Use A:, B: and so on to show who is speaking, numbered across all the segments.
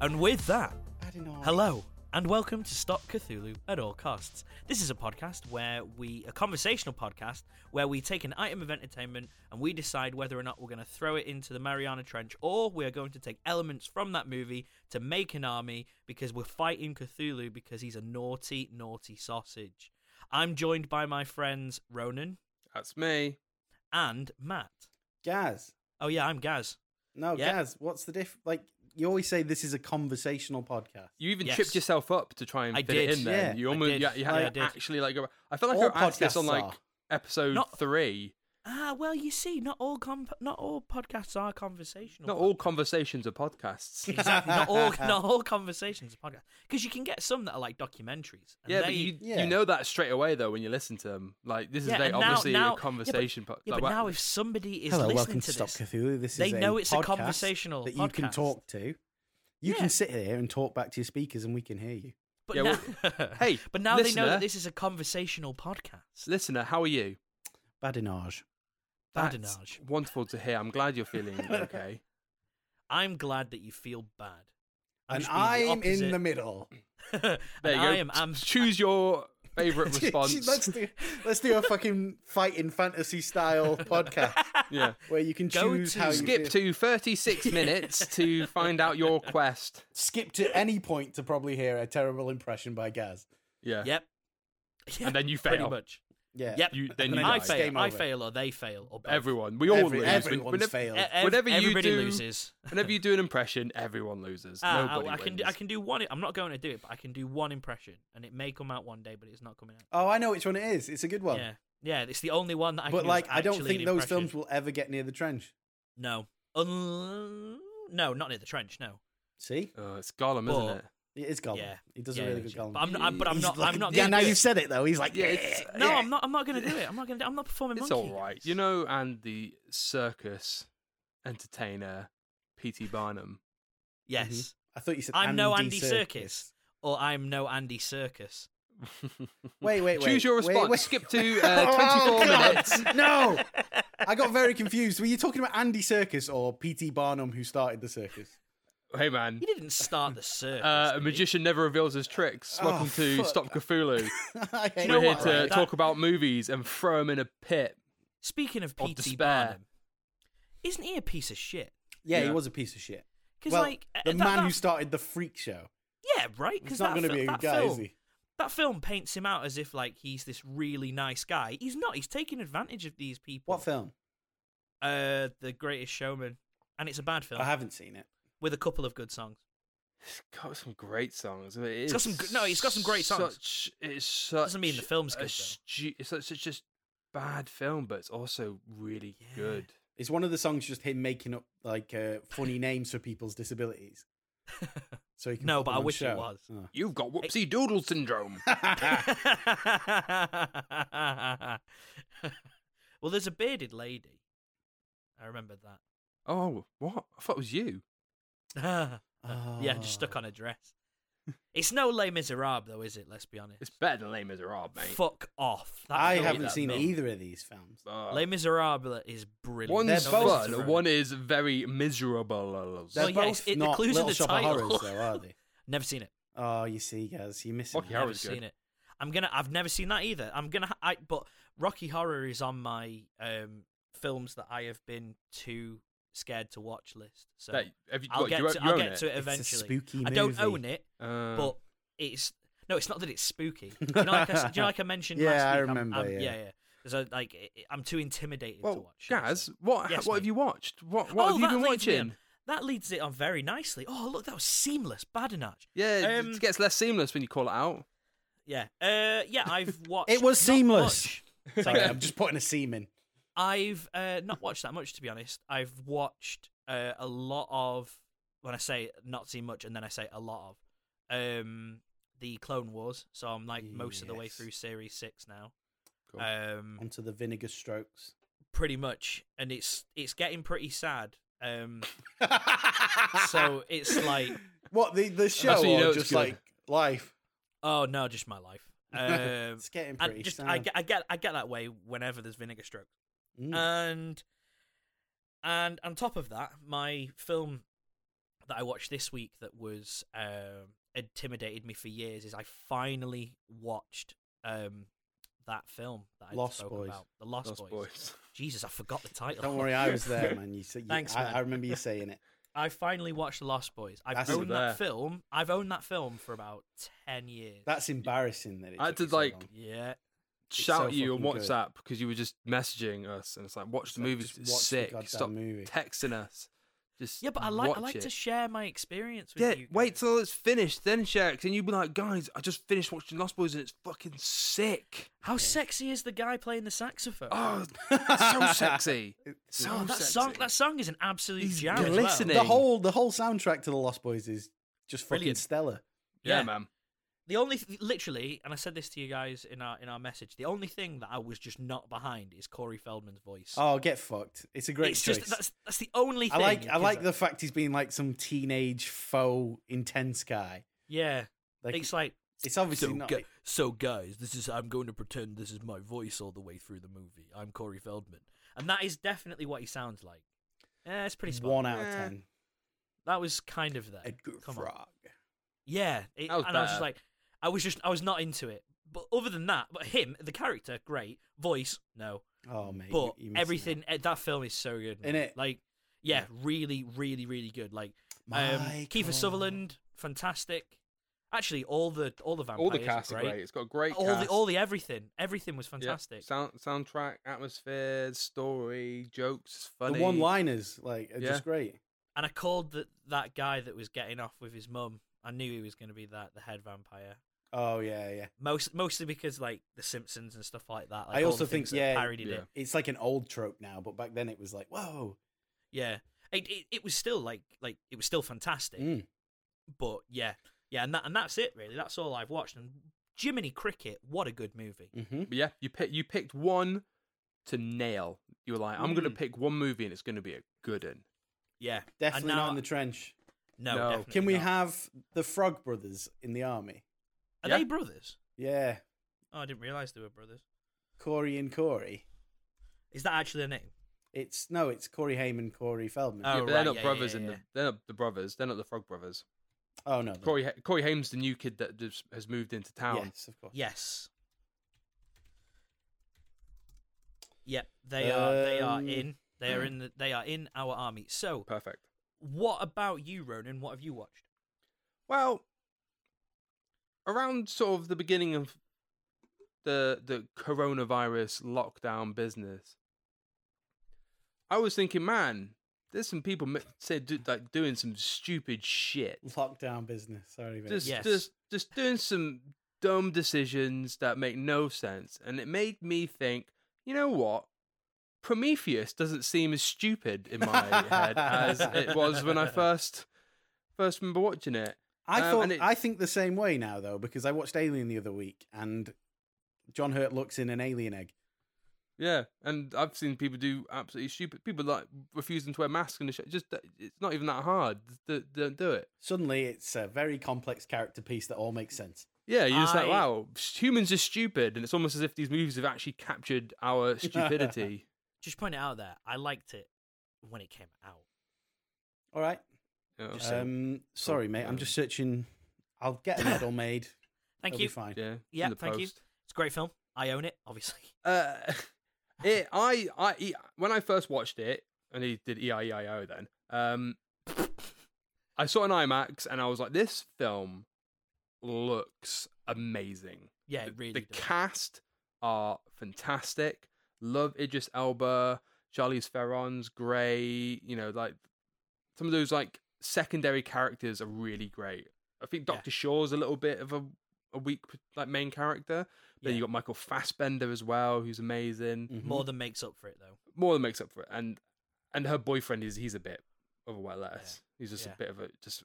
A: and with that,
B: I don't know.
A: hello and welcome to Stop Cthulhu at All Costs. This is a podcast where we, a conversational podcast, where we take an item of entertainment and we decide whether or not we're going to throw it into the Mariana Trench or we are going to take elements from that movie to make an army because we're fighting Cthulhu because he's a naughty, naughty sausage. I'm joined by my friends Ronan
C: That's me.
A: and Matt.
B: Gaz.
A: Oh, yeah, I'm Gaz.
B: No,
A: Yeah.
B: Gaz. What's the diff? Like you always say, this is a conversational podcast.
C: You even
A: Yes.
C: chipped yourself up to try and
A: I
C: fit it
A: did.
C: in there.
B: Yeah,
C: you
A: I
C: almost
A: did.
C: You, you had
A: I
C: to
A: did.
C: actually like go. I feel like
B: All
C: I asked this
B: podcasts
C: on like
B: are.
C: episode
A: Not-
C: three.
A: Ah, well, you see, not all com- not all podcasts are conversational.
C: Not all conversations are podcasts.
A: exactly. Not all not all conversations are podcasts because you can get some that are like documentaries. and
C: yeah,
A: they-
C: but you
B: Yeah.
C: you know that straight away though when you listen to them. Like this is
A: Yeah,
C: very
A: and now-
C: obviously
A: now- yeah,
C: a
A: but-
C: conversation. pod-
A: yeah,
C: like,
A: but
C: wow.
A: now if somebody is
B: hello,
A: listening
B: welcome
A: to
B: Stop
A: this,
B: Cthulhu. This
A: they
B: is a
A: know it's a
B: podcast
A: conversational
B: that you can
A: podcast.
B: talk to. You
A: Yeah.
B: can sit here and talk back to your speakers, and we can hear you.
A: but
C: Yeah,
A: now,
C: hey,
A: but now they know
C: listener.
A: that this is a conversational podcast.
C: listener, how are you?
B: Badinage.
C: That's
A: Badinage.
C: Wonderful to hear. I'm glad you're feeling okay.
A: I'm glad that you feel bad. I'm
B: and
A: just being
B: I'm in the
A: opposite.
B: middle.
C: There
A: And
C: you
A: I
C: go.
A: am. I'm,
C: Choose your favorite response.
B: let's do let's do a fucking fighting fantasy style podcast
C: yeah.
B: where you can
A: Go
B: choose
A: to-
B: how you
C: Skip
B: feel.
C: to 36 minutes to find out your quest.
B: skip to any point to probably hear a terrible impression by Gaz.
C: Yeah.
A: Yep.
C: And then you
A: Pretty
C: fail.
A: much.
B: Yeah.
A: Yep.
C: You- then
B: And then
C: you
A: I
C: die.
A: fail.
B: Game
A: I
B: over.
A: fail, or they fail, or both.
C: Everyone. We all
B: Every-
C: lose. When-
B: everyone's
C: whenever,
A: E-
B: failed.
A: ev-
C: Whenever you
A: everybody
C: do-
A: loses.
C: whenever you do an impression, everyone loses.
A: Ah, I-
C: Nobody
A: I, can do, I
C: wins.
A: can do one. I'm not going to do it, but I can do one impression, and it may come out one day, but it's not coming out.
B: Oh, I know which one it is. It's a good one.
A: yeah, yeah, it's the only one that I. can
B: but
A: do
B: like,
A: that's
B: I don't
A: actually
B: think
A: an
B: those
A: impression.
B: films will ever get near the trench.
A: No, Un- no, not near the trench. No,
B: See,
C: Oh, it's Gollum,
A: But-
C: isn't it?
B: it is Gollum.
A: Yeah.
B: He does
A: Yeah,
B: a really
A: yeah,
B: good
A: sure.
B: Gollum.
A: But I'm not- I'm- but I'm
B: He's
A: not-
B: Like,
A: I'm not
B: Yeah,
A: gonna
B: now
A: do
B: you've
A: it.
B: said it though. He's like,
C: Yeah, it's-
B: "Yeah."
A: no, I'm not. I'm not going to do it. I'm not going to. I'm not performing.
C: It's
A: monkey.
C: all right. You know, and the circus entertainer P.T. Barnum.
A: Yes,
B: I thought you said.
A: I'm no Andy
B: Mm-hmm. Circus.
A: Circus, or I'm no Andy Circus.
B: Wait, wait, wait.
C: Choose your
B: wait,
C: response.
B: wait.
C: Skip to uh, 24
B: Oh, God.
C: minutes.
B: No, I got very confused. Were you talking about Andy Circus or P.T. Barnum, who started the circus?
C: Hey, man.
A: You didn't start the circus.
C: Uh, a
A: did you?
C: magician never reveals his tricks.
B: Oh,
C: Welcome to
B: fuck.
C: Stop Cthulhu.
B: I hate
A: You know
C: We're here
A: what,
C: to
A: right?
C: talk
A: That-
C: about movies and throw him in a pit.
A: Speaking of
C: Of
A: P.T.
C: despair.
A: Barnum, isn't he a piece of shit?
B: Yeah, he
C: Yeah.
B: was a piece of shit.
A: Because
B: Well,
A: like uh,
B: the
A: that-
B: man
A: that-
B: who started the freak show.
A: yeah, right.
B: He's
A: Because
B: not
A: going to
B: be a good guy,
A: film,
B: is he?
A: that film paints him out as if like he's this really nice guy. He's not. He's taking advantage of these people.
B: What film?
A: Uh, The Greatest Showman, and it's a bad film
B: I haven't seen it.
A: with a couple of good songs.
C: It's got some great songs. I mean,
A: It's got some gr- no, it's got some great songs.
C: Such, it's such
A: Doesn't mean the film's
C: a
A: good, though.
C: stu- it's such, such just bad film, but it's also really
A: Yeah.
C: good.
B: It's one of the songs just him making up like uh, funny names for people's disabilities. So he can
A: No,
B: put
A: but
B: them
A: I
B: on
A: wish it
B: show.
A: was.
B: Oh.
C: You've got whoopsie doodle syndrome.
B: Ah.
A: well, there's a bearded lady. I remember
C: oh, what? I thought it was you.
A: that.
B: Oh.
A: Yeah, just stuck on a dress. It's no Les Miserables, though, is it? Let's be honest.
C: It's better than Les Miserables, mate.
A: Fuck off. That
B: I
A: film-
B: haven't
C: that
B: seen
C: film.
B: either of these films.
C: Oh.
A: Les Miserables is brilliant.
C: One's
B: They're
A: Don't
B: both
C: fun,
A: listen to her.
C: one is very miserable.
B: They're
A: Well, yeah, it's-
B: both
A: it- the
B: not
A: clues in
B: Little
A: the
B: Shop
A: title.
B: of Horrors, though, are they?
A: Never seen it.
B: Oh, you see, guys, you're missing.
C: Fucking
B: out.
A: Never
C: hell. Horror's good.
A: seen it. I'm gonna. I've never seen that either. I'm gonna. ha- I but Rocky Horror is on my um films that I have been too scared to watch list. So
C: That- have you,
A: I'll
C: what,
A: get
C: you, own-
A: to.
C: you
A: I'll
C: own
A: get
C: it?
A: to it
B: It's a
A: eventually.
B: spooky
A: I don't
B: movie.
A: own it,
C: Uh,
A: but it's no. It's not that it's spooky. Do you know, like I, s- do you know, like I mentioned
B: Yeah,
A: last
B: I
A: week.
B: remember,
A: I'm, I'm,
B: yeah.
A: yeah, yeah. So like, it- it- I'm too intimidated to
C: well,
A: watch. shall I
C: Gaz,
A: say.
C: what
A: Yes,
C: what have
A: mate.
C: you watched? What what
A: Oh,
C: have you
A: that
C: been
A: leads me on-
C: watching?
A: That leads it on very nicely. Oh, look, that was seamless. Badinage.
C: Yeah,
A: Um,
C: it gets less seamless when you call it out.
A: Yeah. Uh, yeah, I've watched.
B: It was
A: not
B: seamless.
A: much.
B: Sorry, I'm just putting a seam in.
A: I've uh, not watched that much, to be honest. I've watched uh, a lot of. When I say not seen much, and then I say a lot of, um, the Clone Wars. So I'm like most of the way
B: Yes.
A: through Series Six now.
C: Cool.
A: Um,
B: Onto the vinegar strokes.
A: pretty much, and it's it's getting pretty sad. Um, so it's like,
B: what the the show
C: when you
B: or
C: know it's
B: just
C: good.
B: like life?
A: oh no, just my life. Um,
B: It's getting
A: I
B: pretty
A: just
B: sad.
A: I get, uh, I get I get that way whenever there's vinegar stroke.
B: Mm.
A: and and on top of that, my film that I watched this week that was um, intimidated me for years is I finally watched um, that film that I
B: Lost
A: spoke
B: Boys.
A: about, The Lost,
C: Lost
A: Boys.
C: boys.
A: Jesus, I forgot the title.
B: Don't worry, I was there, man. You said, you-
A: Thanks,
B: I,
A: man.
B: I remember you saying it.
A: I finally watched The Lost Boys. I've
B: That's
A: owned
C: there.
A: that film. I've owned that film for about ten years.
B: That's embarrassing that it.
C: I
B: took
C: did,
B: you so
C: like,
B: long.
A: yeah,
C: Shout
B: so
C: at you on
B: fucking good.
C: WhatsApp because you were just messaging us and it's like watch the
B: Like,
C: movie.
B: just
C: it's
B: watch the
C: sick.
B: goddamn
C: Stop
B: movie.
C: texting us. Just
A: yeah, but I like I
C: watch
A: like
C: it.
A: to share my experience with
C: Yeah,
A: you.
C: wait
A: guys.
C: till it's finished, then share it. And you'll be like, guys, I just finished watching Lost Boys and it's fucking sick.
A: How sexy is the guy playing the saxophone?
C: Oh, it's so sexy. So
A: Oh, that
C: sexy.
A: song that song is an absolute
C: He's
A: jam. as well.
C: glistening.
B: The whole the whole soundtrack to the Lost Boys is just fucking
A: Brilliant.
B: stellar.
C: yeah,
A: yeah.
C: man.
A: The only th- literally, and I said this to you guys in our in our message. The only thing that I was just not behind is Corey Feldman's voice.
B: Oh, get fucked! It's a great
A: it's
B: choice.
A: just that's that's the only
B: I
A: thing.
B: like I
A: because
B: like the fact he's being like some teenage faux intense guy.
A: yeah.
B: Like
A: it's like
B: it's obviously
A: so,
B: not.
A: gu- so guys, this is I'm going to pretend this is my voice all the way through the movie. I'm Corey Feldman, and that is definitely what he sounds like. Yeah, it's pretty spot.
B: one out of
C: Eh.
B: ten.
A: That was kind of there.
B: Edgar
A: Come on.
B: Frog.
A: Yeah, it,
C: That was
A: and I was just
C: bad.
A: like, I was just, I was not into it. But other than that, but him, the character, great voice, no.
B: Oh mate,
A: But
B: you, you missed
A: everything eh, that. film is so good, man.
B: Innit?
A: Like, yeah, really, really, really good. Like, um, Kiefer
B: Michael.
A: Sutherland, fantastic. Actually, all the all the vampires,
C: All the cast
A: are
C: are great. It's got a great
A: all
C: cast.
A: the all the everything, everything was
C: Yeah.
A: fantastic.
C: Sound, soundtrack, atmosphere, story, jokes,
B: out.
C: funny.
B: The one-liners like are
C: Yeah.
B: just great.
A: And I called that that guy that was getting off with his mum. I knew he was going to be that the head vampire.
B: Oh yeah, yeah.
A: Most mostly because like the Simpsons and stuff like that. Like,
B: I
A: all
B: also
A: the
B: think,
A: things that
B: yeah,
A: parodied it.
C: yeah.
B: It's like an old trope now, but back then it was like, whoa.
A: Yeah, it, it it was still like like it was still fantastic,
B: Mm.
A: but yeah, yeah, and that and that's it really. That's all I've watched. And Jiminy Cricket, what a good movie!
B: hmm
C: But yeah, you pick, you picked one to nail. You were like, I'm gonna
B: Mm.
C: pick one movie and it's gonna be a good one.
A: Yeah, And
B: Definitely
A: now-
B: not in the trench.
A: no.
C: No.
A: definitely
B: Can we
A: not.
B: have the Frog Brothers in the army?
A: Are
C: Yeah.
A: they brothers?
B: Yeah,
A: Oh, I didn't realize they were brothers.
B: Corey and Corey.
A: Is that actually their name?
B: It's no, it's Corey Heyman, Corey Feldman.
A: Oh,
C: yeah, but
A: right,
C: they're not
A: yeah,
C: brothers
A: yeah,
C: in
A: yeah.
C: the they're not the brothers, they're not the Frog Brothers.
B: oh no, no.
C: Corey Ha- Corey Haim's the new kid that just has moved into town.
B: Yes, of course.
A: Yes. Yep, they are. They are
B: Um,
A: in. They are in. The, they are in our army. So,
C: Perfect.
A: what about you, Ronan? What have you watched?
C: Well, around sort of the beginning of the the coronavirus lockdown business, I was thinking, man, there's some people mi- say do, like doing some stupid shit,
B: Lockdown business. Sorry, mate.
C: just
A: Yes.
C: just just doing some dumb decisions that make no sense, and it made me think, you know what? Prometheus doesn't seem as stupid in my head as it was when I first first remember watching it.
B: I
C: um,
B: thought
C: and it-
B: I think the same way now though because I watched Alien the other week and John Hurt looks in an alien egg.
C: Yeah, and I've seen people do absolutely stupid. People like refusing to wear masks and the shit. Just it's not even that hard. Don't, don't do it.
B: Suddenly, it's a very complex character piece that all makes sense.
C: Yeah, you're just
A: I-
C: like, wow, humans are stupid, and it's almost as if these movies have actually captured our stupidity.
A: Just point it out there. I liked it when it came out.
B: All right.
C: You know,
A: Just-
C: Oh, so,
B: Um, sorry, mate. I'm just searching. I'll get a medal made.
A: Thank
B: It'll
A: you.
B: Be fine.
C: yeah, it's
A: yeah,
C: in the
A: thank you.
C: post.
A: It's a great film. I own it, obviously.
C: Uh, it, I, I, e- when I first watched it, and he did E EIEIO then. Um, I saw an IMAX, and I was like, this film looks amazing.
A: Yeah,
C: The-
A: it really
C: the
A: does.
C: cast are fantastic. Love Idris Elba, Charlize Theron's great. You know, like some of those like secondary characters are really great. I think
A: Yeah.
C: Doctor Shaw's a little bit of a a weak like main character. Then
A: Yeah.
C: you got Michael Fassbender as well, who's amazing.
B: Mhm.
A: More than makes up for it, though.
C: More than makes up for it. And and her boyfriend is he's a bit of a wet lettuce. He's just
A: Yeah.
C: a bit of a just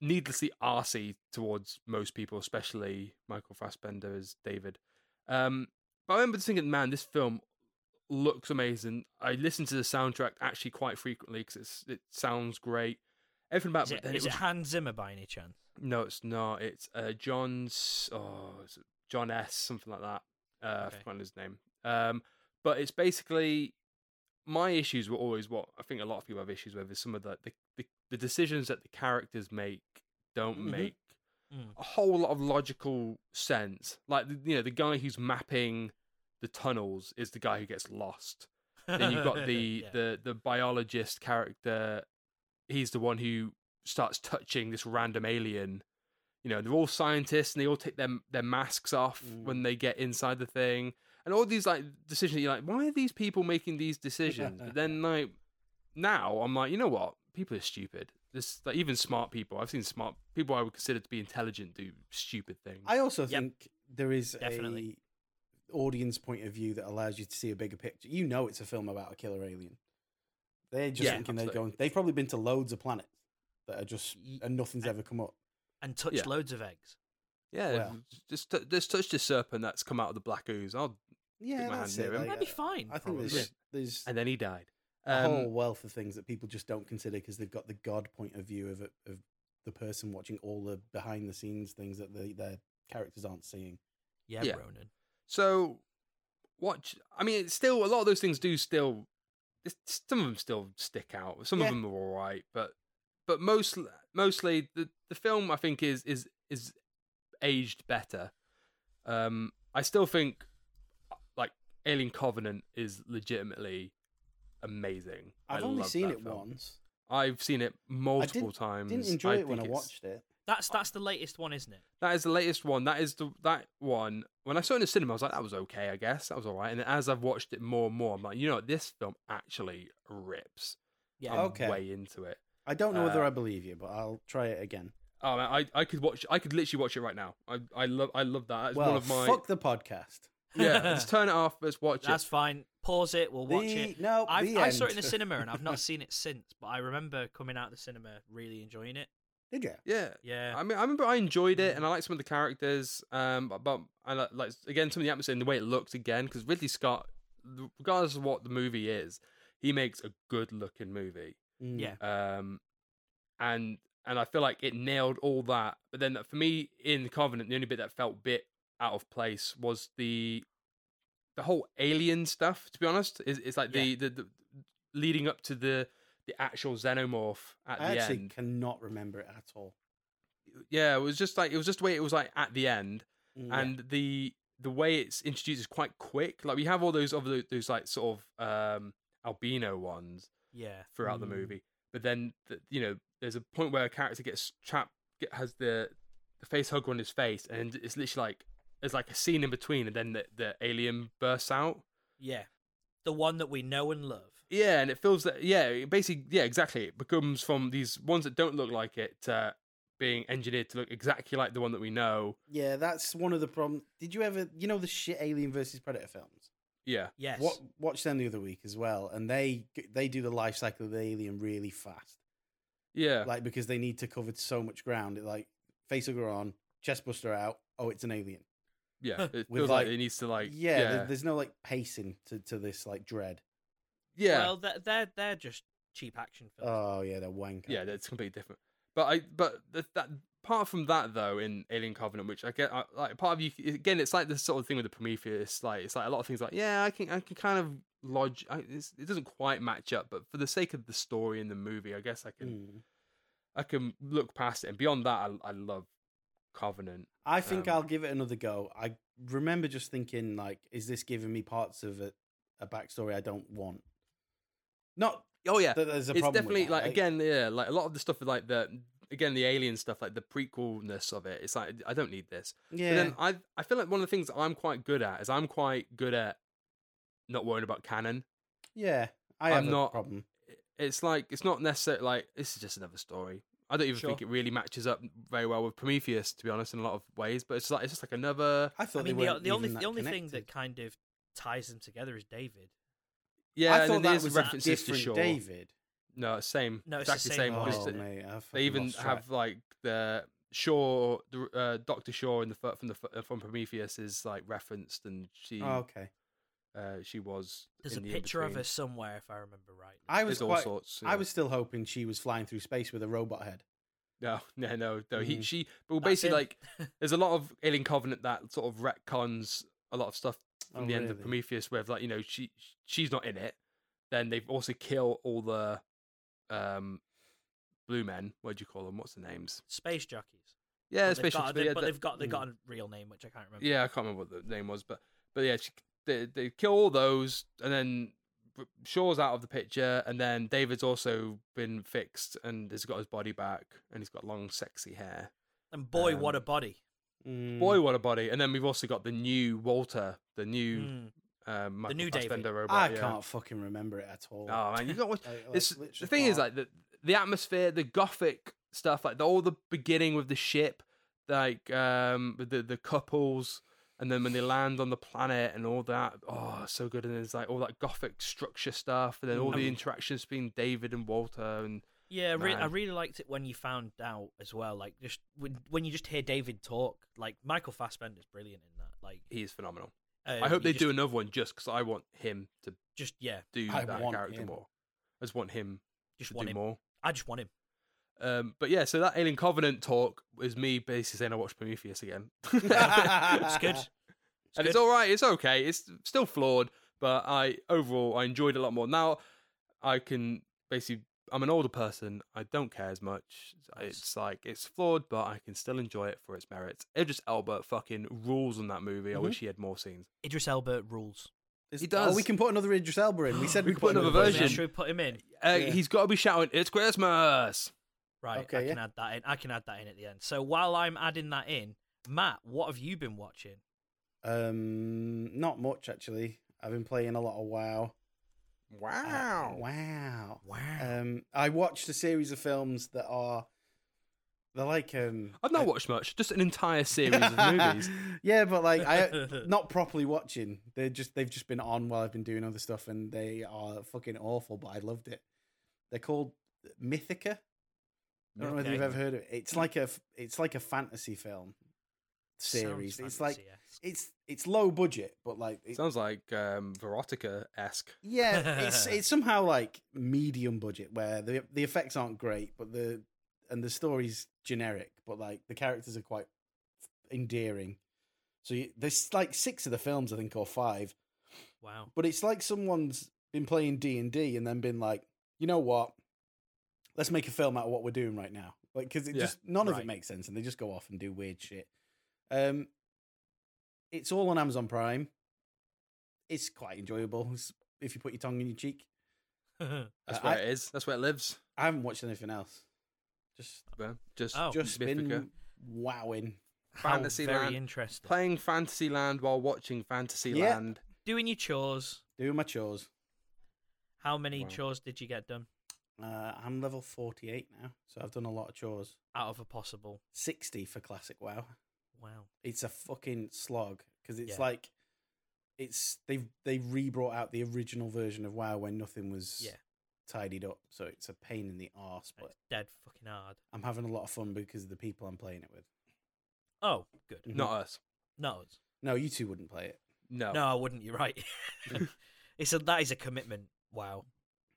C: needlessly arsy towards most people, especially Michael Fassbender as David. Um, but I remember just thinking, man, this film looks amazing. I listen to the soundtrack actually quite frequently because it sounds great. Everything about
A: Is
C: but
A: it,
C: then
A: is
C: it
A: it
C: was-
A: Hans Zimmer by any chance?
C: no, it's not. It's uh, John's. Oh, it's John S. Something like that. Uh,
A: Okay.
C: I forgot his name. Um, but it's basically my issues were always what I think a lot of people have issues with is some of the the, the, the decisions that the characters make don't
B: Mhm.
C: make
A: Mm-hmm. Mm.
C: a whole lot of logical sense. Like the- you know, the guy who's mapping the tunnels is the guy who gets lost. Then you've got the
A: Yeah.
C: the the biologist character. He's the one who starts touching this random alien. You know, they're all scientists and they all take their their masks off
B: Mm.
C: when they get inside the thing. And all these like decisions, you're like, why are these people making these decisions? But then like now, I'm like, you know what? People are stupid. This like even smart people. I've seen smart people I would consider to be intelligent do stupid things.
B: I also
A: Yep.
B: think there is
A: Definitely.
B: a audience point of view that allows you to see a bigger picture. You know, it's a film about a killer alien. They're just
C: Yeah,
B: thinking they're
C: absolutely.
B: going. They've probably been to loads of planets that are just
A: Y-
B: and nothing's ever come up.
A: and touch
C: Yeah.
A: loads of eggs.
C: yeah,
B: well.
C: just t- just touch the serpent that's come out of the black ooze. I'll,
B: Yeah,
C: Stick my
B: that's
C: hand
B: it.
C: near him.
B: like,
A: That'd be
B: uh,
A: fine.
B: I
C: Oh,
B: think
A: probably.
B: there's there's
C: and then he died.
B: a
C: Um,
B: whole wealth of things that people just don't consider because they've got the god point of view of it- of the person watching all the behind the scenes things that they, their characters aren't seeing.
A: yeah,
C: Yeah.
A: Ronan.
C: So, watch. I mean, it's still a lot of those things do still. it's- Some of them still stick out. Some
B: Yeah.
C: of them are all right, but but most mostly the the film I think is is is aged better. Um, I still think uh, like Alien Covenant is legitimately amazing. I
B: I've only
C: love
B: seen
C: that
B: it
C: film.
B: once.
C: I've seen it multiple times.
B: Didn't enjoy
C: I
B: it when I
C: think it's-
B: watched it.
A: That's that's the latest one, isn't it?
C: That is the latest one. That is the that one. When I saw it in the cinema, I was like, that was okay, I guess. That was all right. And as I've watched it more and more, I'm like, you know what, this film actually rips.
A: Yeah.
C: I'm
B: Okay.
C: way into it.
B: I don't know whether
C: Uh,
B: I believe you, but I'll try it again.
C: Oh man, I, I could watch I could literally watch it right now. I, I love I love that. That's
B: well,
C: one of my
B: fuck the podcast.
C: Yeah, let's turn it off, let's watch
A: That's
C: it.
A: fine. Pause it. We'll watch
B: The-
A: it.
B: no,
A: I,
B: the
A: I saw it in
B: end.
A: the cinema and I've not seen it since, but I remember coming out of the cinema really enjoying it.
B: Did you?
C: Yeah.
A: Yeah.
C: I mean, I remember I enjoyed
B: Mm.
C: it, and I liked some of the characters. Um, but, but I li- like again some of the atmosphere and the way it looked again because Ridley Scott, regardless of what the movie is, he makes a good looking movie.
B: Mm.
A: Yeah.
C: um, and and I feel like it nailed all that. But then for me in Covenant, the only bit that felt bit out of place was the the whole alien stuff. To be honest, is it's like the, the the leading up to the the actual xenomorph at
B: I
C: the
B: actually
C: end.
B: cannot remember it at all.
C: Yeah, it was just like it was just the way it was like at the end
B: Mm.
C: and the the way it's introduced is quite quick. Like we have all those other those like sort of um albino ones
A: Yeah.
C: throughout the
B: Mm.
C: movie, but then the, you know there's a point where a character gets trapped, get, has the the face hugger on his face, and it's literally like there's like a scene in between, and then the, the alien bursts out.
A: Yeah. The one that we know and love.
C: Yeah, and it feels that yeah, it basically yeah, exactly. It becomes from these ones that don't look like it uh, being engineered to look exactly like the one that we know.
B: yeah, that's one of the problems. Did you ever, you know, the shit Alien versus Predator films?
C: Yeah,
A: Yes.
B: What watch them the other week as well, and they they do the life cycle of the alien really fast,
C: yeah,
B: like because they need to cover so much ground. It like facehugger on, chestbuster out. Oh, it's an alien.
C: yeah. It
B: With,
C: feels like,
B: like-
C: it needs to like
B: yeah, there-
C: yeah,
B: there's no like pacing to, to this like dread.
C: yeah.
A: Well, they're, they're they're just cheap action films.
B: Oh yeah, they're wanker.
C: yeah that's completely different but i but th- that apart from that though in alien covenant which i get I, like part of you again it's like this sort of thing with the prometheus like it's like a lot of things like yeah i can i can kind of lodge I, it's, it doesn't quite match up but for the sake of the story and the movie i guess i can
B: Mm.
C: i can look past it and beyond that i, I love covenant
B: I think
C: Um,
B: I'll give it another go. I remember just thinking like, is this giving me parts of a, a backstory I don't want? Not
C: oh yeah
B: that there's a
C: it's
B: problem. with
C: definitely
B: that,
C: like again yeah like a lot of the stuff like the again the alien stuff like the prequelness of it it's like i don't need this
B: yeah,
C: But then I I feel like one of the things that I'm quite good at is I'm quite good at not worrying about canon.
B: yeah. I
C: I'm
B: have
C: not-
B: a problem.
C: It's like it's not necessarily like this is just another story. I don't even think it
A: Sure.
C: really matches up very well with Prometheus, to be honest, in a lot of ways. But it's like it's just like another
B: I thought
A: I mean,
B: they
A: the,
B: weren't
A: the only
B: even
A: the only thing
B: connected.
A: that kind of ties them together is David.
C: yeah.
B: I
C: and then
B: thought that
C: there's
B: was
C: references
B: a different
C: to Shaw.
B: David.
C: No, it's same.
A: No, it's the
C: exactly
A: same one.
C: because
B: Oh,
C: they-
B: mate, I fucking
C: they even
B: lost
C: have
B: track.
C: like the Shaw, the, uh, Doctor Shaw in the fir- from the fir- from Prometheus is like referenced, and she
B: Oh, okay,
C: uh, she was.
A: There's
C: in
A: a
C: the
A: picture of
C: in-between.
A: her somewhere, if I remember right.
B: I was
C: There's all
B: quite.
C: sorts.
B: I
C: yeah.
B: was still hoping she was flying through space with a robot head.
C: No, no, no, no. He,
B: Mhm.
C: she, but
A: Mm. That's
C: basically,
A: him.
C: like, there's a lot of Alien Covenant that sort of retcons a lot of stuff from
B: Oh,
C: the end of
B: really?
C: Prometheus, where like you know she she's not in it. Then they also kill all the um, blue men. What do you call them? What's the names?
A: Space jockeys. but
C: Yeah,
A: they've
C: spaceships.
A: got,
C: but
A: they,
C: yeah,
A: but
C: that-
A: they've got they
B: mm.
A: got a real name which I can't remember.
C: Yeah, I can't remember what the name was, but but yeah, she, they they kill all those, and then R- Shaw's out of the picture, and then David's also been fixed and has got his body back, and he's got long, sexy hair.
A: And boy, what a
C: Um,
A: body!
B: Mm.
C: Boy, what a body! And then we've also got the new Walter, the new
A: Mm.
C: um, Michael
A: new David.
C: Fassbender robot.
B: I
C: yeah.
B: can't fucking remember it at all.
C: Oh man, you got to watch.
B: Like- like,
C: It's, the
B: literally
C: thing is
B: can't.
C: like the the atmosphere, the gothic stuff, like the, all the beginning with the ship, like um with the the couples, and then when they land on the planet and all that. Oh, it's so good! And there's like all that gothic structure stuff, and then all the
A: Mm.
C: interactions between David and Walter, and
A: Yeah, re- I
C: Man.
A: really liked it when you found out as well. Like just when, when you just hear David talk, like Michael Fassbender's brilliant in that. Like
C: he is phenomenal.
A: um,
C: I hope
A: you
C: they
A: just,
C: do another one just because I want him to
A: Just yeah,
C: do
B: I
C: that
B: want
C: character
B: him.
C: more. I just want him
A: just
C: to
A: want
C: do
A: him.
C: more.
A: I just want him.
C: Um, but yeah, so that Alien Covenant talk is me basically saying I watched Prometheus again.
A: It's good. It's
C: and
A: good.
C: it's all right. It's okay. It's still flawed, but I overall I enjoyed it a lot more. Now I can basically I'm an older person. I don't care as much.
A: Nice.
C: It's like it's flawed, but I can still enjoy it for its merits. Idris Elba fucking rules in that movie. I wish he had more scenes.
A: Idris Elba rules.
B: It's-
C: he does.
B: Oh, we can put another Idris Elba in. We said
C: We
B: we,
C: can
B: could
C: put another
B: in.
C: version.
A: Should we put him in?
C: Uh,
B: Yeah.
C: He's got to be shouting, "It's Christmas!"
A: Right,
B: Okay,
A: I
B: yeah.
A: can add that in. I can add that in at the end. So while I'm adding that in, Matt, what have you been watching?
B: Um, not much actually. I've been playing a lot of WoW. Uh, wow.
A: Wow.
B: Um, I watched a series of films that are they're like um.
C: I've not watched much. Just an entire series of movies.
B: yeah, but like I not properly watching. They just they've just been on while I've been doing other stuff, and they are fucking awful. But I loved it. They're called Mythica. I don't know whether
A: Okay.
B: you've ever heard of it. It's like a f- it's like a fantasy film series.
A: Sounds
B: It's like
A: fantasy-esque.
B: it's it's low budget, but like it,
C: Sounds like um, Verotica esque.
B: yeah, it's it's somehow like medium budget where the the effects aren't great, but the and the story's generic, but like the characters are quite endearing. So you, there's like six of the films, I think, or five,
A: wow.
B: but it's like someone's been playing D and D and then been like, you know what, let's make a film out of what we're doing right now, like because it
C: Yeah,
B: just none of
A: right.
B: it makes sense, and they just go off and do weird shit. Um, it's all on Amazon Prime. It's quite enjoyable it's- if you put your tongue in your cheek.
C: That's
B: Uh,
C: where
B: I-
C: it is. That's where it lives.
B: I haven't watched anything else. Just
C: Well, Just
A: Oh.
B: just
C: Mythica.
B: been wowing.
A: How
C: Fantasyland.
A: very interesting.
C: playing Fantasyland while watching Fantasyland.
A: Doing your chores.
B: Doing my chores.
A: How many
C: Wow.
A: chores did you get done
B: Uh, I'm level 48 now, so I've done a lot of chores.
A: out of a possible?
B: 60 for classic WoW.
A: Wow.
B: It's a fucking slog because it's
A: Yeah.
B: like it's they've they re-brought out the original version of WoW when nothing was
A: Yeah.
B: tidied up, so it's a pain in the arse. But
A: It's dead fucking hard.
B: I'm having a lot of fun because of the people I'm playing it with.
A: Oh, good.
B: Mhm.
C: Not us.
A: No, it's-
B: No, you two wouldn't play it.
C: No.
A: no, I wouldn't. You're right. it's a that is a commitment. Wow.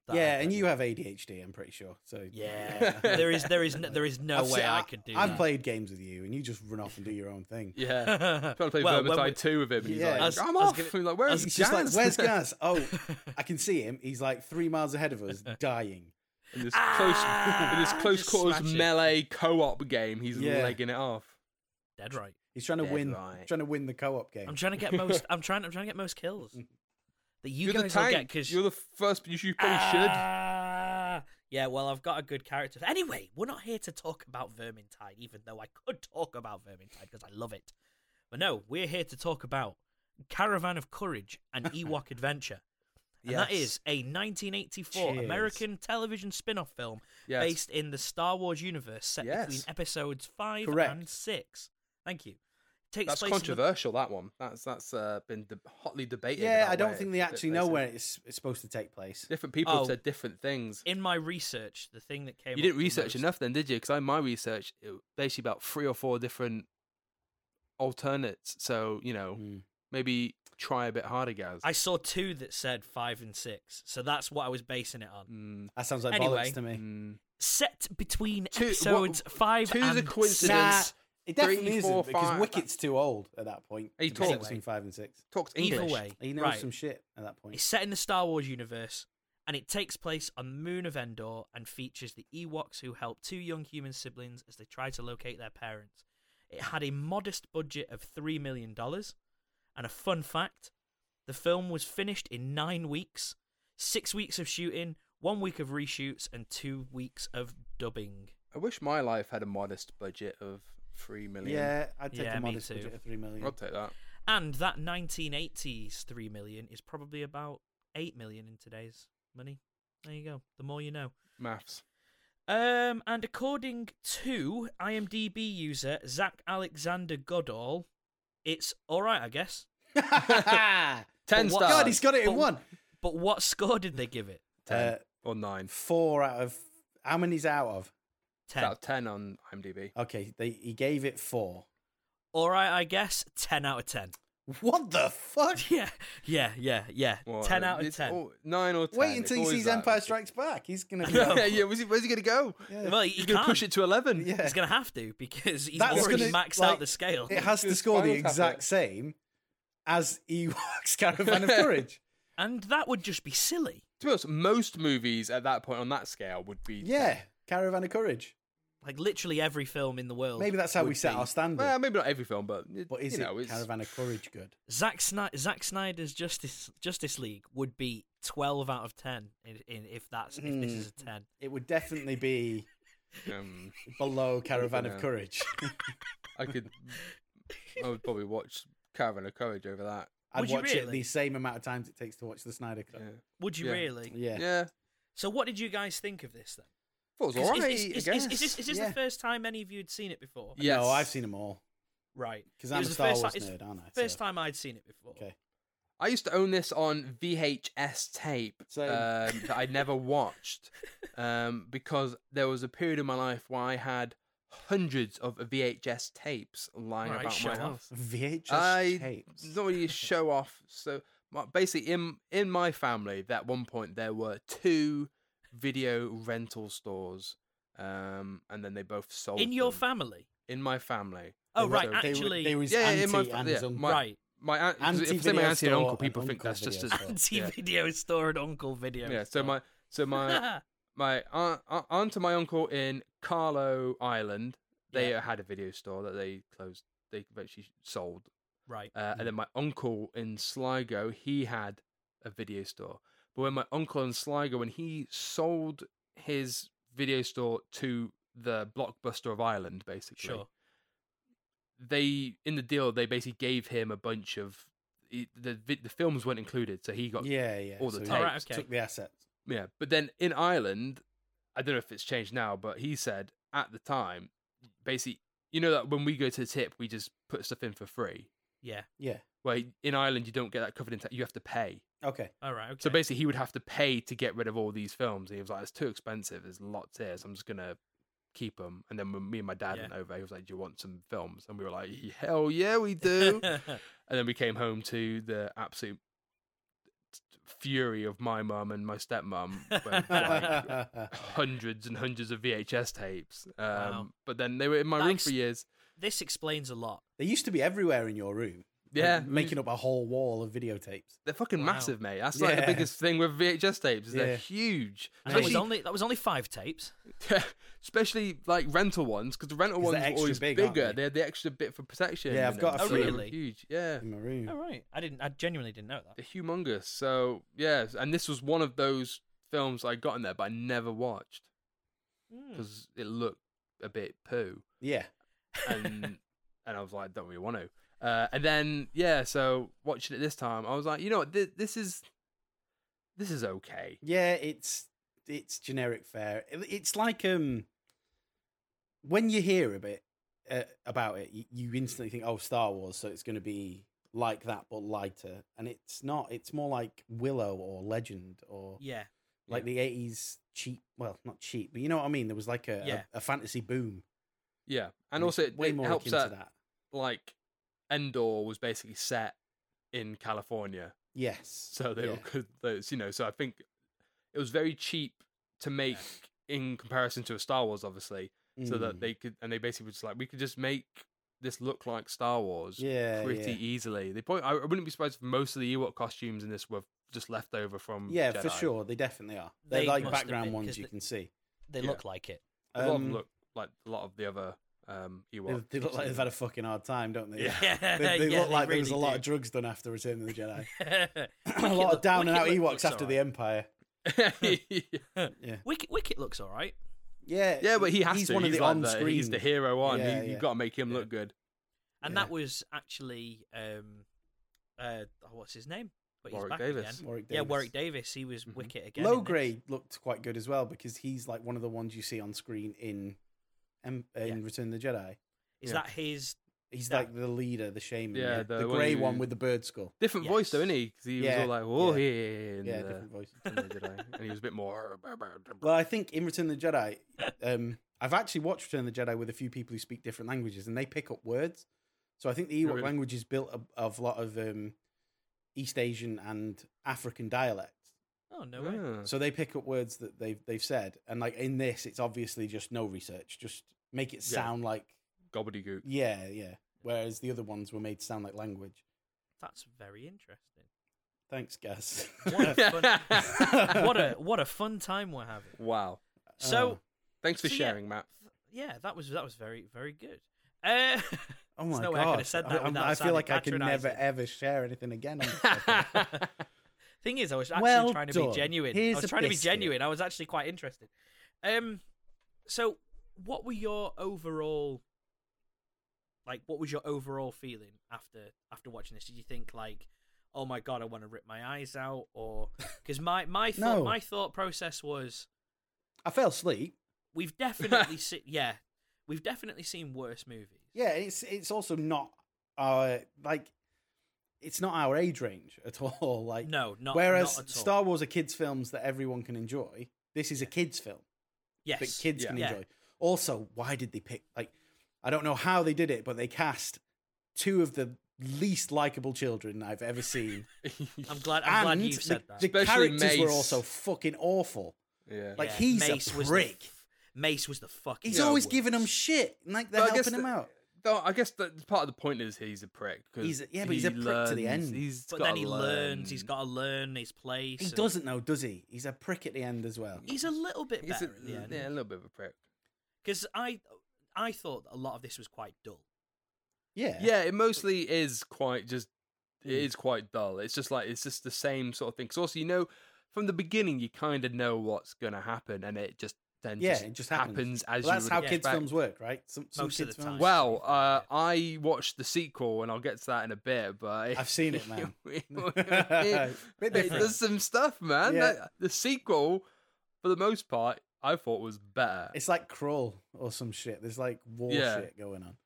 A: That I
B: yeah, and
A: don't-
B: you have ADHD, I'm pretty sure. So
A: Yeah, there is there is no, there is no
B: I've
A: way
B: seen-
A: I, could do.
B: I've
A: that.
B: played games with you, and you just run off and do your own thing.
C: Yeah. Trying to play
A: Well, when
C: Vermintide
A: we-
C: 2 with him.
B: Yeah.
C: And he's like,
B: I
A: was-
C: I'm
A: I was
C: off.
A: gonna-
C: He's like, where's
B: He's just like,
C: Gaz?"
B: "Where's Gas? Oh, I can see him. He's like three miles ahead of us, dying.
C: in this
A: Ah,
C: close, in this close
A: just
C: quarters
A: smash it.
C: melee co op game, he's
B: Yeah.
C: legging it off.
A: Dead right.
B: He's trying to
C: Dead
B: win.
C: right.
B: Trying to win the co-op game.
A: I'm trying to get most. I'm trying. I'm trying to get most kills that you
C: are the
A: guys will get
C: tank.
A: because
C: Mm-hmm. You're the first. You should, probably should.
A: Ah, yeah, well, I've got a good character. Anyway, we're not here to talk about Vermintide, even though I could talk about Vermintide because I love it. But no, we're here to talk about Caravan of Courage and Ewok Adventure. And that
C: Yes.
A: is a 1984
B: Cheers.
A: American television spin off film
C: Yes.
A: based in the Star Wars universe set between
C: Yes.
A: episodes 5
B: Correct.
A: and 6. Thank you. Takes
C: That's
A: place in the-
C: controversial, that one. That's that's uh, been de- hotly debated.
B: yeah,
C: about
B: I don't
C: where
B: think
C: it
B: they
C: took
B: actually
C: place
B: know
C: in.
B: where it's, it's supposed to take place.
C: Different people
A: Oh.
C: have said different things.
A: in my research, the thing that came
C: You
A: up
C: didn't
A: the
C: research
A: most-
C: enough then, did you? Because I my research it was basically about three or four different alternates. So you know,
B: Mm.
C: maybe try a bit harder, guys.
A: I saw two that said five and six, so that's what I was basing it on.
C: Mm,
B: That sounds like
A: Anyway.
B: bollocks to me.
C: mm.
A: Set between
C: Two-
A: episodes five
C: two's
A: and
C: a
B: Nah,
C: coincidence.
A: six.
B: it
C: Three,
B: definitely is
C: four,
B: isn't because
C: five.
B: Wicket's too old at that point.
C: He
B: to be set
A: talks.
B: between five and six.
C: Talked English.
A: Either way,
B: He knows
A: right?
B: some shit at that point.
A: It's set in the Star Wars universe. and it takes place on the moon of Endor and features the Ewoks who help two young human siblings as they try to locate their parents. It had a modest budget of $3 million. And a fun fact the film was finished in nine weeks six weeks of shooting, one week of reshoots, and two weeks of dubbing.
C: I wish my life had a modest budget of three million.
B: Yeah, I'd take
A: Yeah,
B: a
A: me
B: modest
A: too.
B: budget of three million.
C: I'll take that.
A: And that 1980s 3 million is probably about 8 million in today's money. There you go. The more you know.
C: Maths.
A: Um, and according to IMDb user Zach Alexander Godall, it's all right, I guess.
C: Ten
A: But what-
C: stars.
B: God, he's got it in
A: But-
B: one.
A: But what score did they give it?
C: ten
B: Uh,
C: or nine.
B: Four out of how many's out of?
C: It's
A: 10.
C: Out of ten on IMDb.
B: Okay, they, he gave it four.
A: All right, I guess. 10 out of 10.
B: What the fuck?
A: Yeah, yeah, yeah, yeah.
C: Well,
A: 10 out of
C: uh, it's
A: 10.
C: all- nine or ten.
B: Wait
C: it's
B: until he
C: always
B: sees
C: that.
B: Empire Strikes Back. He's gonna be.
A: No.
C: yeah, yeah. Where's he, where's he gonna go?
B: Yeah.
A: Well, he,
C: He's
A: he
C: gonna
A: can't.
C: push it to eleven.
B: Yeah.
A: He's going to have to because he's
B: That's
A: already
B: gonna,
A: maxed
B: like,
A: out the scale.
B: it has to
C: Just
B: score the
C: Spinal Tap
B: exact
C: it.
B: same as Ewoks Caravan of Courage.
A: And that would just be silly.
C: To us, most movies at that point on that scale would be.
B: Yeah, Caravan of Courage.
A: Like literally every film in the world.
B: Maybe that's how we
C: would
B: set
C: be-
B: our standard.
C: Well, maybe not every film, but
B: but is
C: you
B: it
C: know, it's,
B: Caravan of Courage good?
A: Zack, Sni- Zack Snyder's Justice Justice League would be twelve out of ten in, in, if that's if this
B: Hmm.
A: is a ten.
B: It would definitely be
C: um,
B: below Caravan
C: Yeah.
B: of Courage.
C: I could. I would probably watch Caravan of Courage over that.
B: I'd
A: Would you
B: watch it
A: really?
B: the same amount of times it takes to watch the Snyder Cut.
C: Yeah.
A: Would you
C: Yeah.
A: really?
B: Yeah.
C: Yeah. yeah.
A: So what did you guys think of this then?
C: Thought it was
A: 'Cause
C: alright.
A: Is, is,
C: I
A: is, is,
C: guess.
A: is this, is this
B: Yeah.
A: the first time any of you had seen it before?
C: Yes.
B: No, I've seen them all
A: Right.
B: because
A: It
B: I'm a
A: was the
B: Star
A: first
B: Wars
A: ti- it's
B: nerd, aren't I?
A: First
B: So-
A: time I'd seen it before.
B: Okay.
C: I used to own this on VHS tape um,
B: Same.
C: that I never watched um, because there was a period in my life where I had hundreds of VHS tapes lying
A: Right,
C: about
A: show
C: my
A: off.
C: house.
B: VHS
C: I
B: tapes.
C: not really a show off. So my, basically, in in my family, at one point there were two video rental stores, um, and then they both sold.
A: In your
C: them.
A: family.
C: in my family.
A: Oh
C: They
A: right,
B: They
C: were-
B: were-
A: actually
B: they were his
C: Yeah, yeah, in
B: auntie
C: my-
B: and
C: yeah,
B: his uncle.
C: my-
A: right.
C: My aunt, if I say my
B: Anti-video
C: auntie and
B: store
C: uncle,
B: and
C: people think
B: uncle
C: that's just as
B: video store.
A: Anti
C: yeah.
A: video store and uncle video.
C: yeah. So
A: store.
C: my so my my aunt, aunt and my uncle in Carlo Island, they
A: Yeah.
C: had a video store that they closed. They eventually sold.
A: right.
B: Mm.
C: Uh, And then my uncle in Sligo, he had a video store. But when my uncle in Sligo, when he sold his video store to the Blockbuster of Ireland, basically,
A: Sure.
C: they in the deal they basically gave him a bunch of he- the vi- the films weren't included, so he got yeah.
B: yeah, yeah.
C: all the
B: so he
C: tapes.
A: Alright, okay.
B: Took the assets.
C: But then in Ireland, I don't know if it's changed now, but he said at the time, basically, you know that when we go to the tip, we just put stuff in for free.
A: Yeah.
B: Yeah.
C: Well, in Ireland, you don't get that covered in tax; you have to pay.
B: Okay.
A: All right. Okay.
C: So basically, he would have to pay to get rid of all these films. And he was like, "It's too expensive. There's lots here, so I'm just gonna keep them." And then when me and my dad
A: Yeah.
C: went over, he was like, "Do you want some films?" And we were like, "Hell yeah, we do!" and then we came home to the absolute fury of my mum and my stepmum. when, like, hundreds and hundreds of VHS tapes. Um,
A: Wow.
C: But then they were in my
A: That
C: room
A: ex-
C: for years.
A: this explains a lot.
B: they used to be everywhere in your room. like,
C: Yeah,
B: making up a whole wall of videotapes.
C: They're fucking
A: Wow.
C: massive, mate. That's like
B: Yeah.
C: the biggest thing with VHS tapes. Is They're
B: Yeah.
C: huge.
A: And that was
C: Especially-
A: only that was only five tapes.
C: especially like rental ones because the rental
B: 'Cause
C: ones
B: they're
C: were
B: extra
C: always
B: big, aren't
C: bigger.
B: they?
C: They had the extra bit for protection.
B: Yeah,
C: in
B: I've
C: them,
B: got
A: a
C: so they were
A: few.
C: Huge, yeah.
B: In my room.
A: Oh right, I didn't. I genuinely didn't know that.
C: They're humongous. So yeah, and this was one of those films I got in there, but I never watched
A: Hmm.
B: Hmm.
C: because it looked a bit poo,
B: Yeah.
C: and and I was like, don't really want to. Uh, and then yeah, so watching it this time, I was like, you know what, this, this is this is okay.
B: Yeah, it's it's generic fare. It- It's like um when you hear a bit uh, about it, you, you instantly think, "Oh, Star Wars," so it's going to be like that but lighter. And it's not. It's more like Willow or Legend or
A: Yeah,
B: like the eighties cheap. Well, not cheap, but you know what I mean. There was like a
A: Yeah.
B: a, a fantasy boom,
C: Yeah,
B: it's
C: and also it,
B: way
C: it
B: more
C: helps
B: akin
C: that
B: to that.
C: like Endor was basically set in California,
B: Yes.
C: so they were
B: yeah.
C: good. Those, you know, so I think it was very cheap to make in comparison to a Star Wars, obviously, so that
B: Mm.
C: they could and they basically were just like we could just make this look like Star Wars
B: yeah
C: pretty
B: yeah.
C: easily. They probably I I wouldn't be surprised if most of the Ewok costumes in this were just left over from
B: yeah, for
C: Jedi.
B: sure. They definitely are. They're
A: They
B: like
A: must have
B: background
A: been,
B: ones
A: 'cause
B: you
A: the-
B: can see.
D: They
C: Yeah.
D: look like it.
C: A lot of
B: Um,
C: them look like a lot of the other um,
B: they,
C: Ewoks.
B: they look like they've had a fucking hard time, don't they?
C: Yeah.
A: Yeah,
B: They, they
A: yeah,
B: look like there was a
A: really
B: lot
A: do.
B: of drugs done after Return of the Jedi. a
A: Wicket
B: lot of
A: look-
B: down and out
A: Wicket look-
B: Ewoks
A: looks
B: after the
A: alright.
B: Empire.
C: yeah.
A: Wicket, Wicket looks all right.
B: Yeah,
C: Yeah, but he has
B: he's
C: to.
B: one
C: he's
B: of the
C: like
B: on-screen.
C: He's the hero on.
B: Yeah,
C: you,
B: yeah.
C: You've got to make him
B: Yeah.
C: look good.
A: And
B: Yeah.
A: that was actually, um, uh, oh, what's his name? But he's
C: Warwick
A: back
C: Davis.
A: again.
B: Warwick
A: Yeah,
B: Davis. Mm-hmm.
A: Warwick Davis. He was
C: Mhm.
A: Wicket again. in
B: Low
A: this.
B: grade looked quite good as well because he's like one of the ones you see on screen in Em- uh, in
A: Yeah.
B: Return of the Jedi.
A: Is
C: Yeah.
A: that his?
B: He's
A: Yeah.
B: like the leader, the shaman.
C: Yeah,
B: Yeah,
C: the
B: the,
C: one
B: grey
C: who-
B: one with the bird skull.
C: Different voice though,
A: Yes.
C: isn't he? 'Cause he
B: Yeah,
C: was all like, "Oh
B: yeah.
C: yeah,", yeah,
B: yeah,
C: and, uh,
B: different voice.
C: Return of the Jedi. and he was a bit more. uh,
B: Well, I think in Return of the Jedi, um, I've actually watched Return of the Jedi with a few people who speak different languages, and they pick up words. So I think the
C: Oh,
B: Ewok
C: really?
B: language is built of, of a lot of um, East Asian and African dialects.
A: Oh no way!
C: Ah.
B: So they pick up words that they've they've said, and like in this, it's obviously just no research, just make it
C: Yeah.
B: sound like
C: gobbledygook.
B: yeah, yeah. Whereas the other ones were made to sound like language.
A: That's very interesting.
B: Thanks, Gaz.
A: What a fun, what a what a fun time we're having.
C: Wow.
A: So
B: Oh.
C: Thanks for
A: So, yeah.
C: sharing, Matt.
A: yeah, that was that was very very good. Uh,
B: Oh
A: There's
B: my
A: no way I
B: god!
A: could have said that
B: I, I'm-
A: without
B: I feel
A: sounding
B: like I can never
A: patronising.
B: ever share anything again. On this podcast.
C: yeah,
A: thing is, I was actually
B: Well
A: trying to be
B: done.
A: genuine.
B: Here's
A: I was
B: a
A: trying to be
B: biscuit.
A: genuine. I was actually quite interested. Um, so what were your overall like? What was your overall feeling after after watching this? Did you think like, oh my god, I want to rip my eyes out, or because my my thought
B: No.
A: my thought process was
B: I fell asleep.
A: we've definitely seen yeah we've definitely seen worse movies.
B: Yeah, it's it's also not our like it's not our age range at all. Like
A: No, not
B: whereas
A: not at all.
B: Star Wars are kids' films that everyone can enjoy. This is a kids' film
A: yes.
B: that kids
C: Yeah.
B: can
A: Yeah.
B: enjoy. Also, why did they pick like I don't know how they did it, but they cast two of the least likable children I've ever seen.
A: I'm glad. I'm glad
B: and
A: you
B: the,
A: said that.
B: the
C: Especially
B: characters were
C: Mace.
B: also fucking awful. Like
A: Yeah,
B: he's
A: Mace
B: a
A: was the
B: prick.
A: f- Mace was the fucking.
B: he's
C: Yeah,
B: always
A: worst.
B: giving them shit, and like they're
C: Well, I guess
B: helping him
C: the-
B: out.
C: Though I guess that part of the point is he's a prick. 'cause
B: He's a- yeah, but he's a
C: he
B: prick to the
C: learns-
B: end.
C: He's
A: But
C: gotta
A: then he learns. He's
C: learn.
A: got to learn his place.
B: He
A: and-
B: doesn't know, does he? He's a prick at the end as well.
A: He's a little bit
C: He's a,
A: better in the
C: yeah, a
A: end.
C: little bit of a prick.
A: Because I, I thought a lot of this was quite dull.
B: Yeah.
C: Yeah, it mostly is quite just. It
B: Mm.
C: is quite dull. It's just like it's just the same sort of thing. 'Cause also, you know, from the beginning, you kind of know what's going to happen, and it just then
B: Yeah,
C: just,
B: it just happens.
C: as
B: Well,
C: you
B: that's
C: would
B: how
A: yeah,
B: kids'
C: expect.
B: films work, right? Some, some
A: Most of
B: kids
A: the
B: films.
A: time.
C: Well, uh, I watched the sequel, and I'll get to that in a bit. But
B: I've seen it, man.
C: it-
B: Bit
C: it
B: different.
C: does some stuff, man.
B: Yeah.
C: That- the sequel, for the most part, I thought was better.
B: It's like Crawl or some shit. There's like war
C: Yeah.
B: shit going on.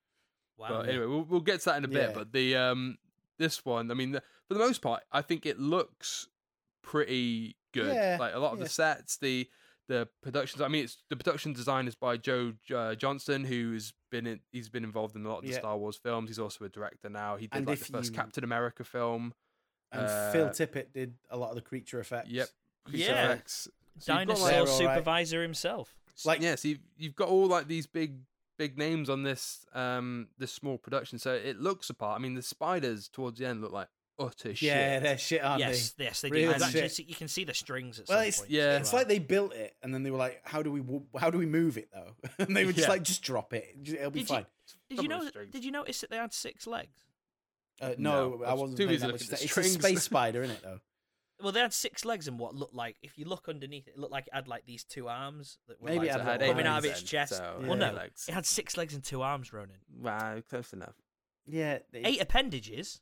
A: Wow.
C: But anyway, we'll, we'll get to that in a bit.
B: Yeah.
C: But the um, this one, I mean, the, for the most part, I think it looks pretty good.
B: Yeah,
C: Like a lot of
B: yeah.
C: the sets, the the productions. I mean, it's the production design is by Joe uh, Johnston, who's been in, he's been involved in a lot of the
B: Yeah.
C: Star Wars films. He's also a director now. He did
B: And
C: like
B: if
C: the first
B: you-
C: Captain America film.
B: And
C: Uh,
B: Phil Tippett did a lot of the creature effects.
C: Yep. Creature
A: Yeah.
C: effects. So you've got,
A: Dinosaur
C: like-
B: They're all right.
A: supervisor himself.
B: Like-
C: yeah, so you've, you've got all like these big big names on this um this small production. So it looks apart. I mean, the spiders towards the end look like utter
B: Yeah,
C: shit.
B: they're shit, aren't
A: yes, yes, they
B: Real
A: do. You, actually
B: shit.
A: see- you can see the strings at
B: Well,
A: some
B: it's-
A: point.
C: yeah.
B: they? It's like they built it and then they were like, "How do we w- how do we move it though?" And they were just
C: Yeah.
B: like, "Just drop it. J- It'll be
A: Did you-
B: fine."
A: Did you
C: Some of
A: know?
C: the strings.
A: Did you notice that they had six legs?
B: Uh, no,
C: No, I
B: I
C: was
B: wasn't.
C: too
B: paying
C: busy
B: that
C: looking
B: much
C: at
B: attention. it's
C: strings.
B: a space spider, isn't it though?
A: Well, they had six legs and what looked like, if you look underneath it, it looked like it had like these two arms that were
B: Maybe
A: like,
B: it
C: So
B: had
A: coming
B: eight
A: out of
B: legs
A: its chest.
B: Yeah.
A: Well, no,
B: eight
C: legs.
A: it had six legs and two arms, Ronan.
C: Wow, close enough.
B: Yeah, it-
A: Eight appendages.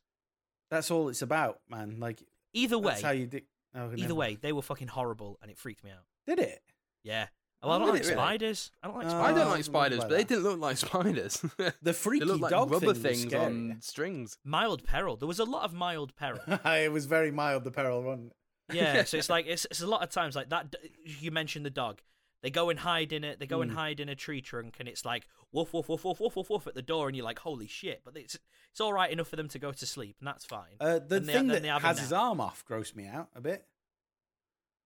B: that's all it's about, man. Like
A: Either way,
B: that's how you do. Oh,
A: either
B: never-
A: way, they were fucking horrible and it freaked me out.
B: did it?
A: Yeah. Well, I don't
C: Really,
A: like
C: really?
A: spiders. I don't like
B: Oh.
A: spiders.
C: I don't
B: I
C: like
B: didn't
C: spiders,
B: like
C: but they
B: that.
C: didn't look like spiders.
B: The
C: they
B: freaky
C: looked like
B: dog
C: rubber
B: thing was
C: things
B: scary.
C: on strings.
A: Mild peril. There was a lot of mild peril.
B: it was very mild, the peril run.
A: Yeah. So it's like it's, it's a lot of times like that. d- You mentioned the dog. They go and hide in it. They go
B: Mm.
A: and hide in a tree trunk, and it's like woof woof woof woof woof woof woof at the door, and you're like, holy shit! But it's it's all right enough for them to go to sleep, and that's fine.
B: Uh, the
A: And they-
B: thing
A: then they
B: that
A: have a
B: has his
A: nap.
B: arm off grossed me out a bit.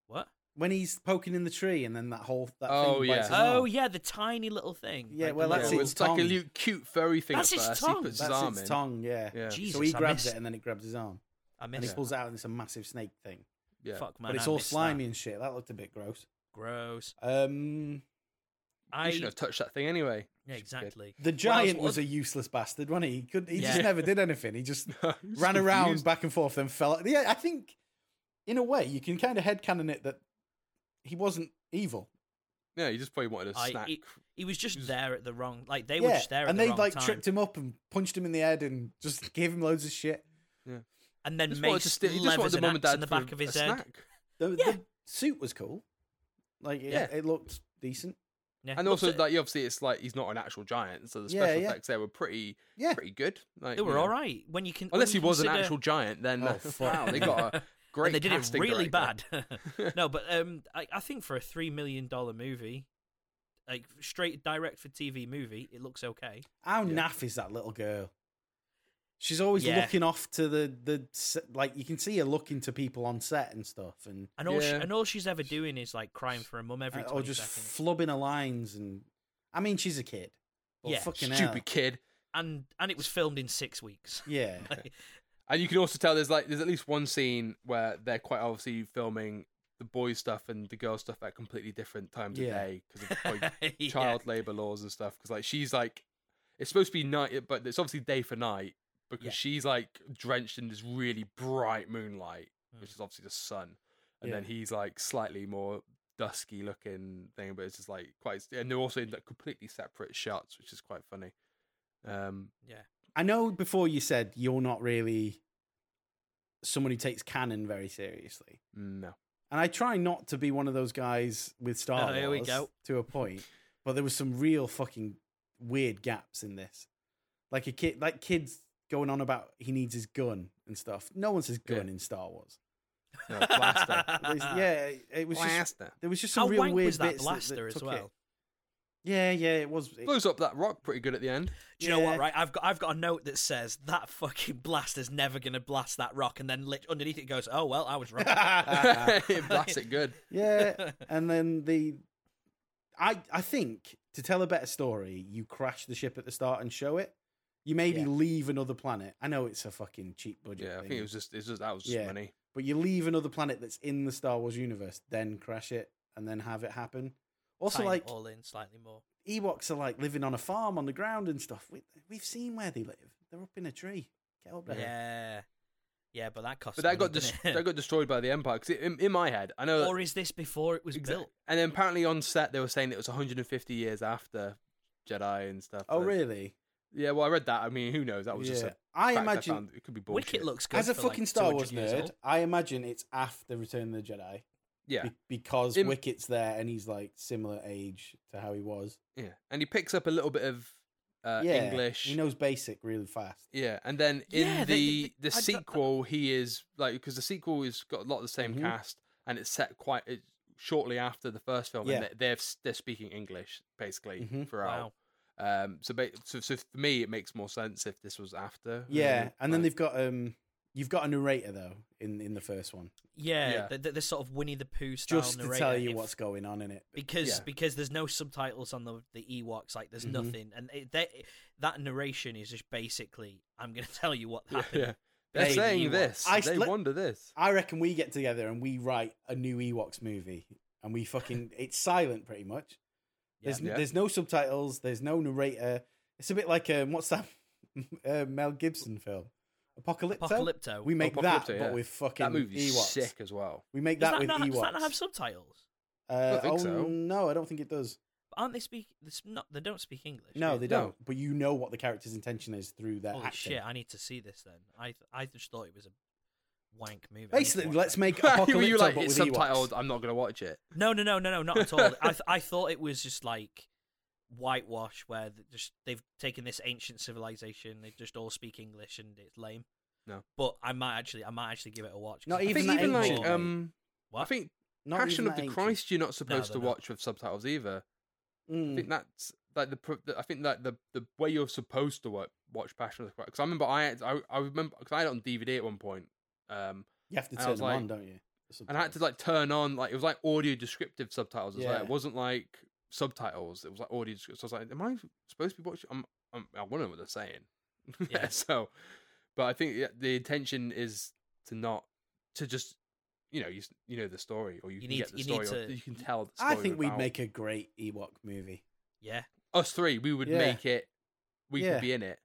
A: What?
B: When he's poking in the tree and then that whole that
C: Oh,
B: thing
C: yeah.
B: bites his
A: Oh
B: arm.
A: yeah, the tiny little thing.
B: Yeah,
A: Like the
B: well, that's
C: yeah,
A: little-
C: it
B: its
C: was like a
B: tongue.
C: little cute furry thing
A: That's
C: at
A: its
C: first.
A: tongue.
C: He puts his
B: That's
C: arm
B: its
C: in.
B: tongue, yeah.
C: Yeah.
A: Jesus,
B: so he
A: I
B: grabs
A: missed-
B: it and then it grabs his arm.
A: I
B: And he
A: missed.
B: pulls out and it's a massive snake thing.
C: Yeah.
A: Fuck man,
B: but it's
A: I
B: all
A: missed that.
B: slimy and shit. That looked a bit gross.
A: Gross.
B: Um,
C: You
A: I
C: should have touched that thing anyway.
A: yeah, exactly.
B: the giant
A: was-
B: was a useless bastard, wasn't he? He, could, he
A: Yeah.
B: just never did anything. He just ran around back and forth, then fell. out. Yeah, I think in a way you can kind of headcanon it that he wasn't evil.
C: Yeah, you just probably wanted a
A: I-
C: snack.
A: it- He was just
C: He was-
A: there at the wrong. Like they
B: yeah,
A: were just there at
B: and
A: the
B: they
A: wrong
B: like
A: time,
B: tripped him up and punched him in the head and just gave him loads of shit.
A: and then
C: Just wanted
A: Mace
C: to steal- you just
A: levers
C: wanted
A: an
C: mum and
A: axe
C: dad
A: in the
C: for
A: back of his
C: a
A: head.
C: snack.
B: The, the
A: Yeah.
B: suit was cool. Like it,
C: Yeah.
B: it looked decent.
A: Yeah.
C: And
A: Looked
C: also,
A: at-
C: like obviously, it's like he's not an actual giant, so the
B: Yeah,
C: special
B: yeah.
C: effects there were pretty,
B: Yeah.
C: pretty good. Like,
A: they
C: you
A: were
C: know.
A: all right when you can. when
C: Unless he
A: you
C: was an
A: consider-
C: actual giant, then
B: Oh,
C: uh, wow, they got a great.
A: and they did it
C: casting
A: really
C: director.
A: bad. no, but um, I, I think for a three million dollar movie, like straight direct for TV movie, it looks okay.
B: How
C: Yeah.
B: naff is that little girl? She's always
A: Yeah.
B: looking off to the the s- like you can see her looking to people on set and stuff, and
A: And all, she,
C: Yeah.
A: and all she's ever doing is like crying for her mum
B: uh,
A: every
B: or
A: twenty
B: just
A: seconds.
B: flubbing her lines. And I mean, she's a kid. But
A: Yeah,
B: fucking
C: Stupid
B: hell.
C: kid.
A: and and it was filmed in six weeks.
B: Yeah,
C: And you can also tell there's like there's at least one scene where they're quite obviously filming the boy stuff and the girl stuff at completely different times of
B: Yeah.
C: day because of like,
A: Yeah.
C: child labor laws and stuff because like she's like it's supposed to be night but it's obviously day for night because
A: Yeah.
C: she's like drenched in this really bright moonlight which
A: Mm.
C: is obviously the sun and then
B: Hmm. Yeah.
C: he's like slightly more dusky looking thing but it's just like quite and they're also in like completely separate shots which is quite funny um
A: Yeah.
B: I know. Before you said you're not really someone who takes canon very seriously,
C: no
B: and I try not to be one of those guys with Star
A: Oh,
B: Wars
A: here we go.
B: to a point, but there was some real fucking weird gaps in this. Like a kid, like kids going on about he needs his gun and stuff. No one says gun
C: Yeah.
B: in Star Wars.
C: no blaster
B: There's- yeah, it was just
C: blaster
B: there was just some
A: How
B: real
A: wank
B: weird
A: was that
B: bits that- that
A: blaster as
B: took it.
A: well?
B: Yeah, yeah, it was. it-
C: blows up that rock pretty good at the end
A: Do you know
B: Yeah.
A: what? Right, I've got I've got a note that says that fucking blaster's never gonna blast that rock, and then lit underneath it goes, "Oh well, I was wrong."
C: it blasts it good
B: yeah, and then the, I I think to tell a better story, you crash the ship at the start and show it. You maybe
A: Yeah.
B: leave another planet. I know it's a fucking cheap budget.
C: yeah i think
B: thing,
C: it was just it's just that was just
B: Yeah.
C: money
B: But you leave another planet that's in the Star Wars universe, then crash it, and then have it happen. Also,
A: Tying it
B: like
A: all in slightly more.
B: Ewoks are like living on a farm on the ground and stuff. We, we've seen where they live. They're up in a tree. Get up
A: Yeah.
B: there.
A: yeah, but that cost.
C: But
A: money,
C: that got
A: didn't
C: dest-
A: it?
C: that uh, got destroyed by the Empire. Because in, in my head, I know that.
A: or is this before it was
C: exa-
A: built?
C: And then apparently on set they were saying it was 150 years after Jedi and stuff.
B: Oh,
C: but-
B: really?
C: Yeah. Well, I read that. I mean, who knows? That was just.
B: yeah.
C: A
B: I
C: fact
B: imagine
C: found. it could be bullshit.
A: Wicket looks good
B: as a
A: for, like,
B: fucking Star
A: 200
B: Wars
A: years
B: nerd,
A: old.
B: I imagine it's after Return of the Jedi
C: Yeah.
B: be- because
C: Im-
B: Wicket's there and he's like similar age to how he was.
C: Yeah. And he picks up a little bit of uh,
B: yeah,
C: English.
B: He knows basic really fast.
C: Yeah, and then in
A: Yeah,
C: the
A: they- they-
C: the
A: I- I-
C: sequel, he is like because the sequel has got a lot of the same
B: Mhm.
C: cast, and it's set quite it's shortly after the first film,
B: Yeah.
C: and they- they're they're speaking English basically
B: Mhm.
C: throughout. Um, so, ba- so so for me, it makes more sense if this was after.
B: Yeah,
C: really,
B: and then
C: like-
B: they've got um, you've got a narrator though in in the first one,
A: Yeah,
C: Yeah.
A: The, the, the sort of Winnie the Pooh style
B: just to
A: narrator.
B: tell you
A: if-
B: what's going on in it.
A: because
C: Yeah.
A: because there's no subtitles on the the Ewoks. Like there's
B: Mhm.
A: nothing, and it, that that narration is just basically, "I'm going to tell you what
C: yeah,
A: happened."
C: yeah. they're
B: Hey,
C: saying
A: Ewoks.
C: this,
B: I
C: they
B: sli-
C: wonder this.
B: I reckon we get together and we write a new Ewoks movie, and we fucking it's silent pretty much. There's
C: Yeah.
B: there's no subtitles. There's no narrator. It's a bit like um, what's that uh, Mel Gibson film, Apocalypto.
A: Apocalypto.
B: We make that,
C: Apocalypto, yeah.
B: but with fucking
C: That movie's
B: Ewoks.
C: sick as well.
B: We make that,
A: does that,
B: with
A: not,
B: Ewoks.
A: does that not have subtitles?
B: uh,
C: I think
B: oh
C: so.
B: no, I don't think it does.
A: Aren't they speak? It's not. They don't speak English.
B: No,
A: do
B: they
C: No.
B: don't. But you know what the character's intention is through their
A: Holy
B: action.
A: shit! I need to see this then. I th- I just thought it was a wank movie. I need to
B: Basically,
A: watch
B: let's
A: that.
B: make
C: Were
B: Apocalypto
C: you like
B: but
C: it's
B: with
C: subtitled?
B: Ewoks.
C: I'm not gonna watch it.
A: No, no, no, no, no, not at all. I th- I thought it was just like whitewash, where th- just they've taken this ancient civilization, they just all speak English, and it's lame.
C: No.
A: but I might actually, I might actually give it a watch. 'cause
B: Not
A: I
B: Even
C: I
A: think
C: think
B: that
C: even
A: it's
B: ancient,
C: like
A: more-
B: mate.
C: um, I
A: what?
C: think
B: Not
C: Passion
B: even
C: of
B: that
C: the
B: ancient.
C: Christ, you're not supposed
A: they're
C: to
A: not.
C: watch with subtitles either. I
B: Mm.
C: think that's like the pro- the- I think that the the way you're supposed to watch, watch Passion of the Christ. Because I remember I had- I, I remember because I had it on DVD at one point, um,
B: You have to
C: and I
B: turn
C: was
B: them
C: like-
B: on, don't you? The
C: and I had to
B: subtitles.
C: like turn on like it was like audio descriptive subtitles. As well.
B: Yeah.
C: It wasn't like subtitles. It was like audio. Descriptive. So I was like, am I supposed to be watching? I'm, I'm I wonder what they're saying.
A: Yeah.
C: so, but I think yeah, the intention is to not to just you know you s- you know the story or you,
A: You
C: can
A: need-
C: get the
A: you need
C: story or
A: to-
C: you can tell. The
B: I
C: story
B: think we'd
C: about-
B: make a great Ewok movie.
A: Yeah.
C: us three. We would
B: Yeah.
C: make it. We
B: Yeah.
C: could be in it.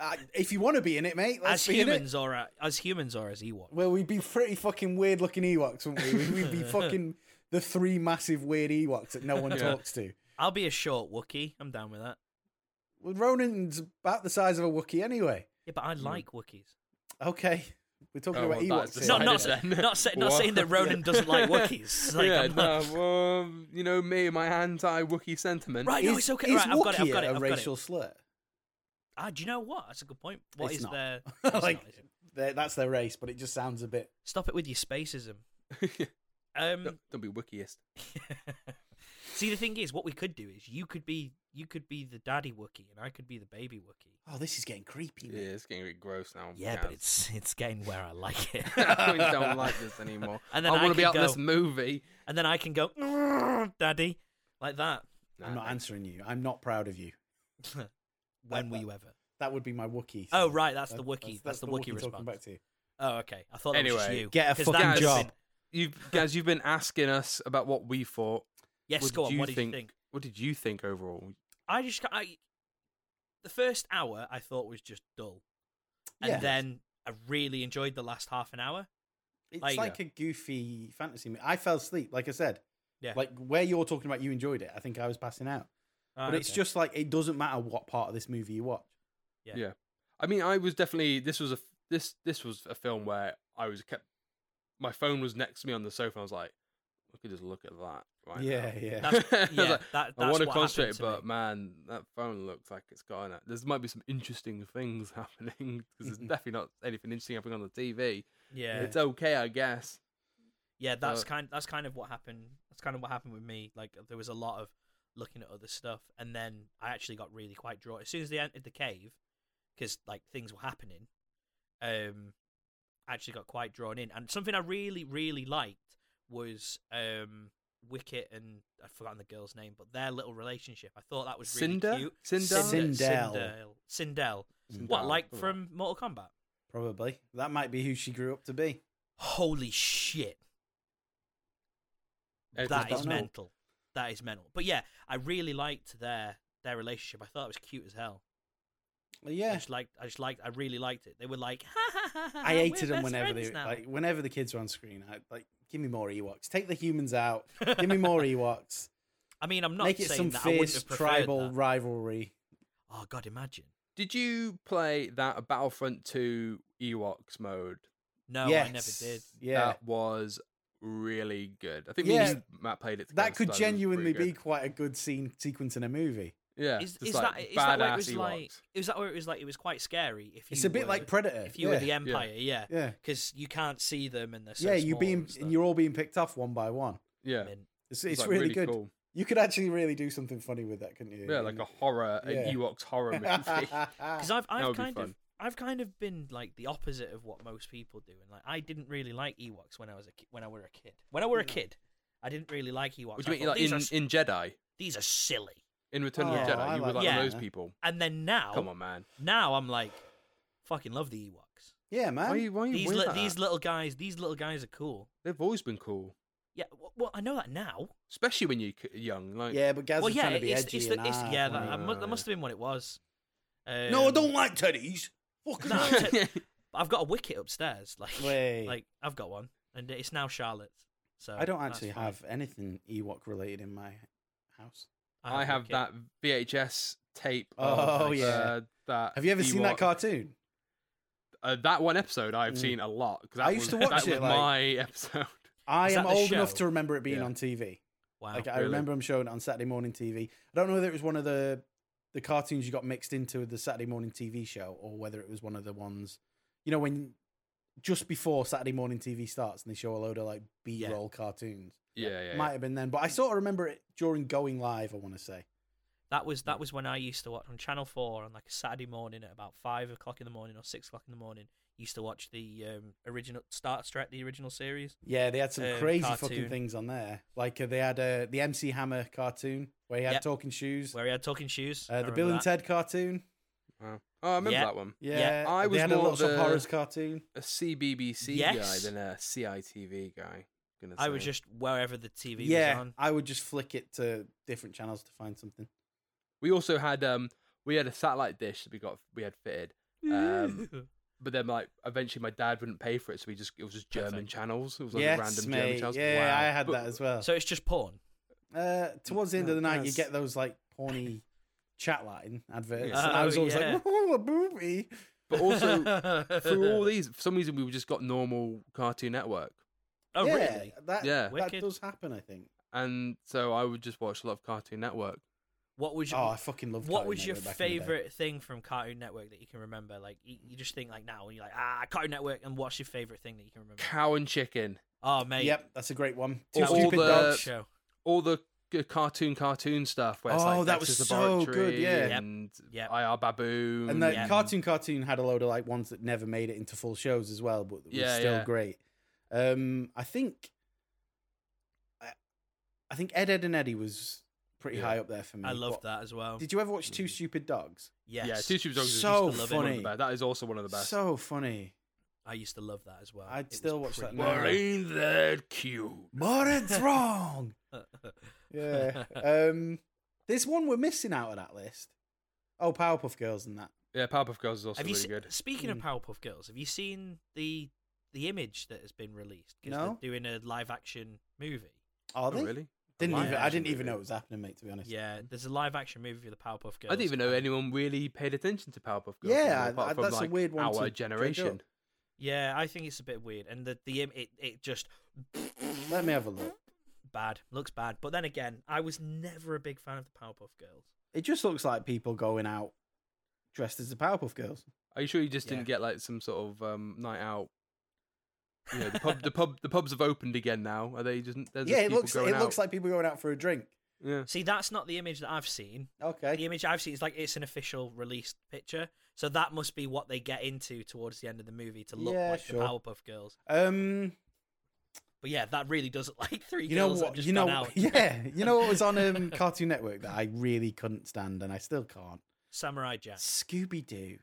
B: Uh, if you want to be in it, mate, let's
A: as
B: be in it.
A: humans or a- as humans or as Ewok.
B: Well, we'd be pretty fucking weird looking Ewoks, wouldn't we? We'd, we'd be fucking the three massive weird Ewoks that no one
C: Yeah.
B: talks to.
A: I'll be a short Wookiee. I'm down with that.
B: Well, Ronan's about the size of a Wookiee anyway.
A: Yeah, but I
B: Hmm.
A: like Wookiees.
B: Okay. We're talking
C: Oh,
B: about
C: well,
B: Ewoks.
C: that's
B: here.
A: Not
C: Decided
A: not
C: then.
A: not, say, not saying that
C: Whoa.
A: Ronan doesn't like Wookiees. It's Like,
C: yeah,
A: I'm not-
C: no, um, you know me, my anti-Wookie sentiment.
A: Right, no, it's okay.
B: Is
A: Right, I've got it. I've
B: Wookiee
A: got it.
B: a
A: I've got
B: racial
A: it.
B: slur?
A: Ah, do you know what? That's a good point. What
B: It's
A: is
B: not.
A: there?
B: like, they- that's their race, but it just sounds a bit.
A: Stop it with your spacism.
C: don't,
A: Um,
C: don't be Wookieist.
A: see, the thing is, what we could do is you could be you could be the daddy Wookiee and I could be the baby Wookiee.
B: Oh, this is getting creepy.
C: Yeah,
B: mate.
C: it's getting a bit gross now.
A: Yeah, but
C: Gaz.
A: it's it's getting where I like it.
C: I don't like this anymore.
A: And then I
C: I want to be
A: can
C: out in this
A: go-
C: movie.
A: and then I can go, "Mm, daddy, like that.
B: I'm not answering you. I'm not proud of you.
A: when
B: That-
A: were
B: that-
A: you ever?
B: That would be my Wookiee.
A: Oh
B: thing.
A: right, that's the
B: That-
A: Wookiee. That's, the, Wookiee
B: Wookiee
A: response.
B: talking back to you.
A: Oh okay, I thought that was just
C: Anyway,
A: you.
B: get a
A: 'cause that
B: fucking
A: could've
C: job.
A: been-
C: You guys, you've been asking us about what we thought.
A: Yes,
C: what
A: go
C: did
A: on.
C: you
A: What did you think?
C: What did you think overall?
A: I just ca- I, the first hour I thought was just dull, and
B: Yeah.
A: then I really enjoyed the last half an hour.
B: It's
A: Like-
B: like a goofy fantasy. mo- I fell asleep, like I said.
A: Yeah.
B: Like where you're talking about, you enjoyed it. I think I was passing out.
A: Ah,
B: but it's
A: okay.
B: just like it doesn't matter what part of this movie you watch.
A: Yeah.
C: Yeah. I mean, I was definitely this was a f- this this was a film where I was kept my phone was next to me on the sofa. and I was like, we could just look at that. Right now."
B: yeah, yeah.
A: That's-
C: I was
A: yeah.
C: like,
A: that, that's
C: I want to
A: what happened
C: concentrate,
A: to
C: but
A: me.
C: man, that phone looks like it's gone. There might be some interesting things happening because there's definitely not anything interesting happening on the TV.
A: Mm-hmm. yeah,
C: It's okay, I guess.
A: yeah, that's
C: so-
A: kind that's kind of what happened. That's kind of what happened with me. Like there was a lot of looking at other stuff, and then I actually got really quite drawn as soon as they entered the cave, because like things were happening. Um, I actually got quite drawn in, and something I really really liked was um Wicket and I've forgotten the girl's name, but their little relationship. I thought that was really
C: Cinder?
A: cute.
C: Cinder?
B: Sindel.
A: Sindel, Sindel.
B: Mm.
A: What
C: Wow.
A: like
C: Wow.
A: from Mortal Kombat?
B: Probably that might be who she grew up to be.
A: Holy shit!
C: Edward
A: that
B: just
A: is
B: don't know.
A: mental. That is mental. But yeah, I really liked their their relationship. I thought it was cute as hell.
B: Well,
A: I
B: yeah,
A: just liked. I just liked. I really liked it. They were like, ha ha ha. ha
B: I
A: we're
B: hated them
A: best
B: whenever
A: friends
B: they
A: now.
B: like whenever the kids were on screen. I like give me more Ewoks. Take the humans out. Give me more Ewoks.
A: I mean, I'm not
B: Make it
A: saying
B: some
A: that I wouldn't
B: fierce
A: have preferred
B: tribal
A: that.
B: rivalry.
A: Oh God, imagine.
C: Did you play that Battlefront 2 Ewoks mode?
A: No, I never
B: Yes.
A: did.
B: Yeah,
C: That was really good. I think me
B: Yeah.
C: and you, Matt played it. together,
B: that
C: so
B: could
C: was pretty
B: genuinely
C: good.
B: be quite a good scene sequence in a movie.
C: Yeah,
A: Is,
C: just
A: is
C: like
A: that is
C: badass
A: that where it was
C: Ewoks.
A: like? Is that where it was like? It was quite scary. If you
B: It's a bit
A: were-
B: like Predator.
A: if you
B: yeah.
A: were the Empire, yeah,
B: yeah,
A: because you can't see them and they're so
B: yeah. You
A: small
B: being
A: and stuff.
B: and you're all being picked off one by one.
C: yeah,
A: I mean,
B: It's,
C: was,
B: it's
C: like,
B: really, good.
C: Cool.
B: You could actually really do something funny with that, couldn't you?
C: Yeah, like a horror,
B: Yeah.
C: an Ewoks horror movie.
A: because I've I've
C: would be
A: kind of
C: fun.
A: I've kind of been like the opposite of what most people do, and like I didn't really like Ewoks when I was a ki- when I were a kid. When I were a kid, I didn't really like Ewoks.
C: Would Hmm. you
A: I
C: mean
A: thought,
C: like
A: these,
C: in,
A: are, s-
C: in Jedi?
A: these are silly.
C: In Return
B: Oh,
C: of the Jedi,
B: I
C: you were
B: like
A: that.
C: like one of
B: Yeah.
C: those people.
A: And then now,
C: Come on, man.
A: now I'm like, fucking love the Ewoks.
B: yeah, man.
C: Why are you, why are you
A: These
C: weird
A: li-
C: like that?
A: these little guys, these little guys are cool.
C: They've always been cool,
A: Yeah, w- well I know that now.
C: especially when you're c- young. Like,
B: yeah, but Gaz
A: well,
B: is
A: yeah,
B: trying to be
A: it's,
B: edgy
A: it's, the,
B: and ah,
A: it's
B: hard,
A: yeah,
B: wasn't
A: that,
B: he?
A: I mu- that
C: yeah.
A: must have been what it was. Um,
B: like teddies. Fucking
A: No,
B: hell.
A: I've got a wicket upstairs. Like,
B: Way.
A: like I've got one, and it's now Charlotte's. So
B: I don't
A: that's
B: actually
A: fine.
B: have anything Ewok related in my house.
C: I have
A: Wicket.
C: that VHS tape.
B: Oh,
C: of,
B: yeah.
C: uh, that
B: Have you ever seen that
C: Ewok-
B: cartoon?
C: Uh, that one episode I've
B: Mm.
C: seen a lot because
B: I used to watch
C: that
B: it,
C: was
B: like-
C: my episode.
B: I
A: Is that
B: am
A: the
B: old enough
A: show? Oh,
B: to remember it being
C: Yeah.
B: on TV.
A: Wow.
B: Like I
C: really?
B: remember them showing it on Saturday morning TV. I don't know whether it was one of the the cartoons you got mixed into the Saturday morning TV show, or whether it was one of the ones you know when just before Saturday morning TV starts and they show a load of like B roll cartoons.
C: Yeah, yeah. yeah.
B: Might have been then, but I sort of remember it during going live. I want to say.
A: That was that was when I used to watch on Channel Four on like a Saturday morning at about five o'clock in the morning or six o'clock in the morning. Used to watch the um, original Star Trek, the original series.
B: Yeah, they had some
A: Um,
B: crazy
A: cartoon.
B: fucking things on there. Like uh, they had uh, the MC Hammer cartoon where he had
A: Yep.
B: talking shoes.
A: Where he had talking shoes. I
B: Uh, the
A: remember
B: Bill and
A: that.
B: Ted cartoon.
C: Wow. Oh, I remember
A: Yeah.
C: that one.
A: Yeah,
B: Yeah,
C: I was
B: they had a
C: more
B: lots of
C: the-
B: horrors cartoon.
C: A CBBC
A: Yes.
C: guy than a CITV guy. Gonna
A: I was
C: say.
A: just wherever the TV was
B: Yeah,
A: on.
B: I would just flick it to different channels to find something.
C: We also had um we had a satellite dish that we got we had fitted, Um, but then like eventually my dad wouldn't pay for it, so we just it was just German
A: Perfect.
C: channels. It was like
B: yes,
C: random German
B: mate.
C: channels.
B: Yeah,
C: Wow.
B: I had
C: But-
B: that as well.
A: so it's just porn.
B: uh, towards the end of the
C: No,
B: night, you
C: that's-
B: get those like porny chat line adverts.
C: Yeah.
B: and I
A: Oh,
B: was always
A: yeah.
B: like, "Whoa, a booby!"
C: But also through all these, for some reason we just got normal Cartoon Network,
A: oh
B: yeah,
A: really?
B: That,
C: Yeah.
B: that
A: Wicked.
B: does happen. I think.
C: and so I would just watch a lot of Cartoon Network.
A: What was your
B: Oh, I fucking love.
A: What
B: Cartoon
A: was your
B: Network back in the day.
A: favorite thing from Cartoon Network that you can remember? Like you, you just think like now, and you're like, ah, Cartoon Network, and what's your favorite thing that you can remember?
C: Cow and Chicken,
A: Oh, mate,
B: Yep, that's a great one. Two
C: All
B: stupid
C: the-
B: dogs.
A: show.
C: all the g- cartoon cartoon stuff. Where it's
B: Oh,
C: like
B: that was
C: Dexter's
B: so
C: Laboratory
B: good, yeah.
A: Yep.
C: and
A: Yep.
C: IR Baboon,
B: And that
A: Yeah.
B: cartoon cartoon had a load of like ones that never made it into full shows as well, but were
C: Yeah,
B: still
C: yeah.
B: great. Um, I think, I, I think Ed Ed and Eddie was pretty
C: Yeah.
B: high up there for me.
A: I loved
B: What-
A: that as well.
B: Did you ever watch Two
C: Mm.
B: Stupid Dogs?
A: Yes,
C: yeah, Two Tube Dogs. is
B: So
C: just one of the
B: funny.
C: best. That is also one of the best.
B: So funny.
A: I used to love that as well.
B: I'd
A: It was
B: still watch that
A: pretty-
B: now. Well,
C: ain't that cute?
B: But it's wrong. yeah. Um, there's one we're missing out of that list. Oh, Powerpuff Girls and that.
C: Yeah, Powerpuff Girls is also
A: have you
C: really
A: se-
C: good.
A: Speaking
B: Hmm.
A: of Powerpuff Girls, have you seen the the image that has been released? 'Cause
B: No.
A: they're doing a live action movie.
B: Are
C: Oh,
B: they?
C: really?
B: Didn't
A: Live
B: even, I
C: action
B: didn't even
C: movie.
B: know it was happening, mate. To be honest.
A: Yeah, there's a live action movie for the Powerpuff Girls.
C: I didn't even know anyone really paid attention to Powerpuff Girls.
B: Yeah,
C: anymore,
B: I-
C: apart
B: I-
C: from,
B: that's a
C: like,
B: weird one to
C: Our
B: bring up.
C: generation.
A: Yeah, I think it's a bit weird, and the the im- it it just
B: Let me have a look.
A: bad looks bad. But then again, I was never a big fan of the Powerpuff Girls.
B: It just looks like people going out dressed as the Powerpuff Girls.
C: Are you sure you just
A: Yeah.
C: didn't get like some sort of um, night out? You know, the pub, the pub, the pubs have opened again now. Are they just? There's
B: yeah,
C: just
B: it
C: people
B: looks
C: going
B: it
C: out.
B: looks like people going out for a drink.
C: yeah.
A: See, that's not the image that I've seen. The
B: Okay.
A: image I've seen is like it's an official released picture, so that must be what they get into towards the end of the movie to look
B: Yeah,
A: like
B: sure.
A: the Powerpuff Girls.
B: Um,
A: But yeah, that really does look like three
B: you know
A: girls that
B: what?
A: just
B: You know,
A: gone out.
B: yeah, you know what was on um, Cartoon Network that I really couldn't stand, and I still can't.
A: Samurai Jack.
B: Scooby Doo.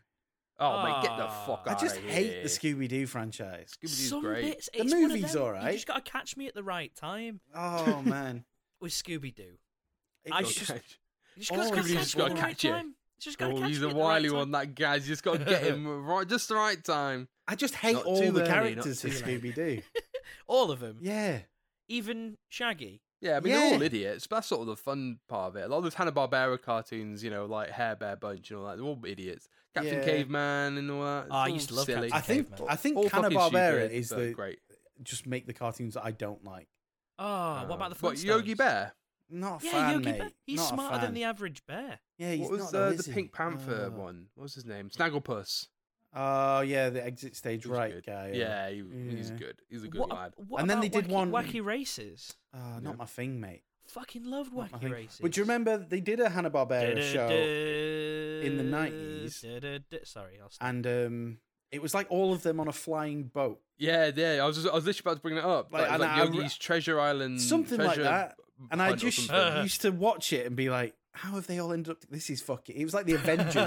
C: Oh, mate, get the
A: Ah.
C: fuck
B: I
C: out
B: just
C: of
B: hate
C: here.
B: the Scooby Doo franchise.
C: Scooby-Doo's
A: Some
C: great.
A: bits.
B: The
A: it's one of
B: movie's
A: them,
B: alright.
A: You just gotta catch me at the right time
B: Oh man,
A: with Scooby Doo.
B: It
A: I
B: was-
A: should-
C: Okay.
A: You just gotta,
B: Oh,
A: catch,
B: you
A: me
B: just
A: at the
B: gotta
A: right
C: catch it.
A: time. You just gotta
C: Oh,
A: catch
C: he's
A: me
C: a
A: at the right
C: wily
A: time.
C: one, that guy. You just got to get him right, just the right time.
B: I just hate
C: Not
B: all
C: too
B: the
C: early,
B: characters for
C: not too late.
B: Scooby Doo.
A: All of them,
B: Yeah,
A: even Shaggy.
C: Yeah, I mean, they're
B: Yeah.
C: all idiots, but that's sort of the fun part of it. A lot of those Hanna-Barbera cartoons, you know, like Hair Bear Bunch and all that, they're all idiots. Captain
B: Yeah.
C: Caveman and all that. it's
A: Oh, I
C: all
A: used to love
C: silly.
A: Captain
B: I think
A: Caveman.
B: I think
C: All
B: Hanna
C: fucking
B: Barbera
C: stupid,
B: is
C: but
B: the
C: great.
B: just make the cartoons that I don't like.
A: Oh,
C: Uh,
A: what about the
C: What,
A: Flintstones?
C: Yogi Bear?
B: Not a
A: Yeah,
B: fan,
A: Yogi
B: mate.
A: Bear. He's
B: Not a
A: smarter than
B: fan.
A: the average bear.
B: Yeah, he's
C: what
B: not
C: was
B: though,
C: uh,
B: is
C: the
B: he?
C: Pink Panther
B: Oh.
C: one? What was his name? Snagglepuss.
B: Oh yeah, the exit stage
C: He was
B: right
C: good.
B: guy.
C: Yeah, he, he's
B: Yeah.
C: good. He's a good
A: what,
C: lad.
A: what
B: And then they
A: about
B: did one-
A: wacky, Wacky Races.
B: Oh,
C: Yeah.
B: not my thing, mate.
A: Fucking loved
B: Not my
A: Wacky
B: thing.
A: Races.
B: But do you remember they did a Hanna Barbera show,
A: in
B: in the 90s?
A: Sorry, I'll stop.
B: and um, it was like all of them on a flying boat,
C: Yeah, yeah. I was just, I was literally about to bring that up.
B: Like,
C: Like,
B: and
C: like
B: I-
C: Yogi's Treasure Island,
B: something like
C: Mm, treasure
B: that. And I
C: hunt or
B: just
C: something.
B: used to watch it and be like, "How have they all ended up? This is fucking." It was like the Avengers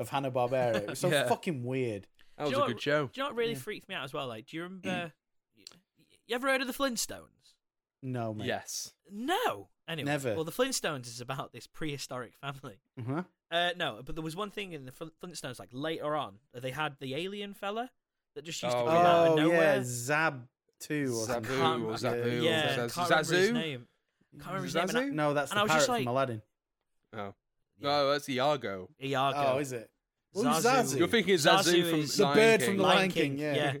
B: of Hanna Barbera. It was so
C: Yeah.
B: fucking weird.
A: Do
C: that was
A: you
C: a
A: know
C: good
A: what-
C: show.
A: Do you know what really
B: Yeah.
A: freaked me out as well? Like, do you remember? you, you ever heard of the Flintstones?
B: No, mate.
C: Yes.
A: No. Anyway,
B: Never.
A: Well, the Flintstones is about this prehistoric family.
B: Uh-huh.
A: Uh, no, but there was one thing in the Flin- Flintstones. Like later on, they had the alien fella that just used to
C: Oh,
A: come out of
B: Oh
A: nowhere.
B: yeah, Zab two or something.
C: Zabu or
A: Can't-
C: Zabu.
A: Yeah,
C: or
A: can't
C: Zaz-
A: remember his
C: Zazu?
A: name. Can't remember his
C: Zazu?
A: name. And
B: No, that's
A: And
B: the
A: I was just
B: parrot from
A: like-
B: Aladdin.
C: Oh.
A: Yeah.
C: No, that's Iago.
A: I, Iago.
B: Oh, is it? Who's
A: Zazu.
B: Zazu?
C: You're thinking Zazu,
A: Zazu
C: from
A: is-
B: The
C: Lion
B: bird
C: King.
B: from the
A: Lion
B: Lion
A: King,
B: King, yeah.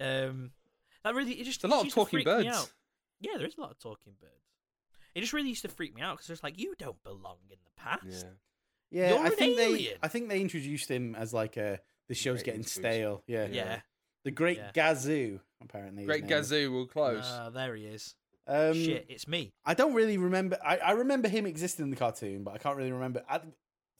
A: yeah. um, that really it just
C: It's a lot
A: it
C: of
A: used to
C: talking
A: freak me
C: birds.
A: out. Yeah, there is a lot of talking birds. It just really used to freak me out because it's like you don't belong in the
C: Yeah.
A: past.
B: Yeah,
A: You're
B: I
A: an
B: think
A: alien.
B: they I think they introduced him as like a the show's
C: Great
B: getting
C: introduction.
B: stale. Yeah.
A: Yeah,
B: The Great
A: Yeah.
B: Gazoo, apparently. his
C: Great
B: name is.
C: Gazoo will close.
A: Ah, there he is.
B: Um,
A: Shit, it's me.
B: I don't really remember. I, I remember him existing in the cartoon, but I can't really remember. I,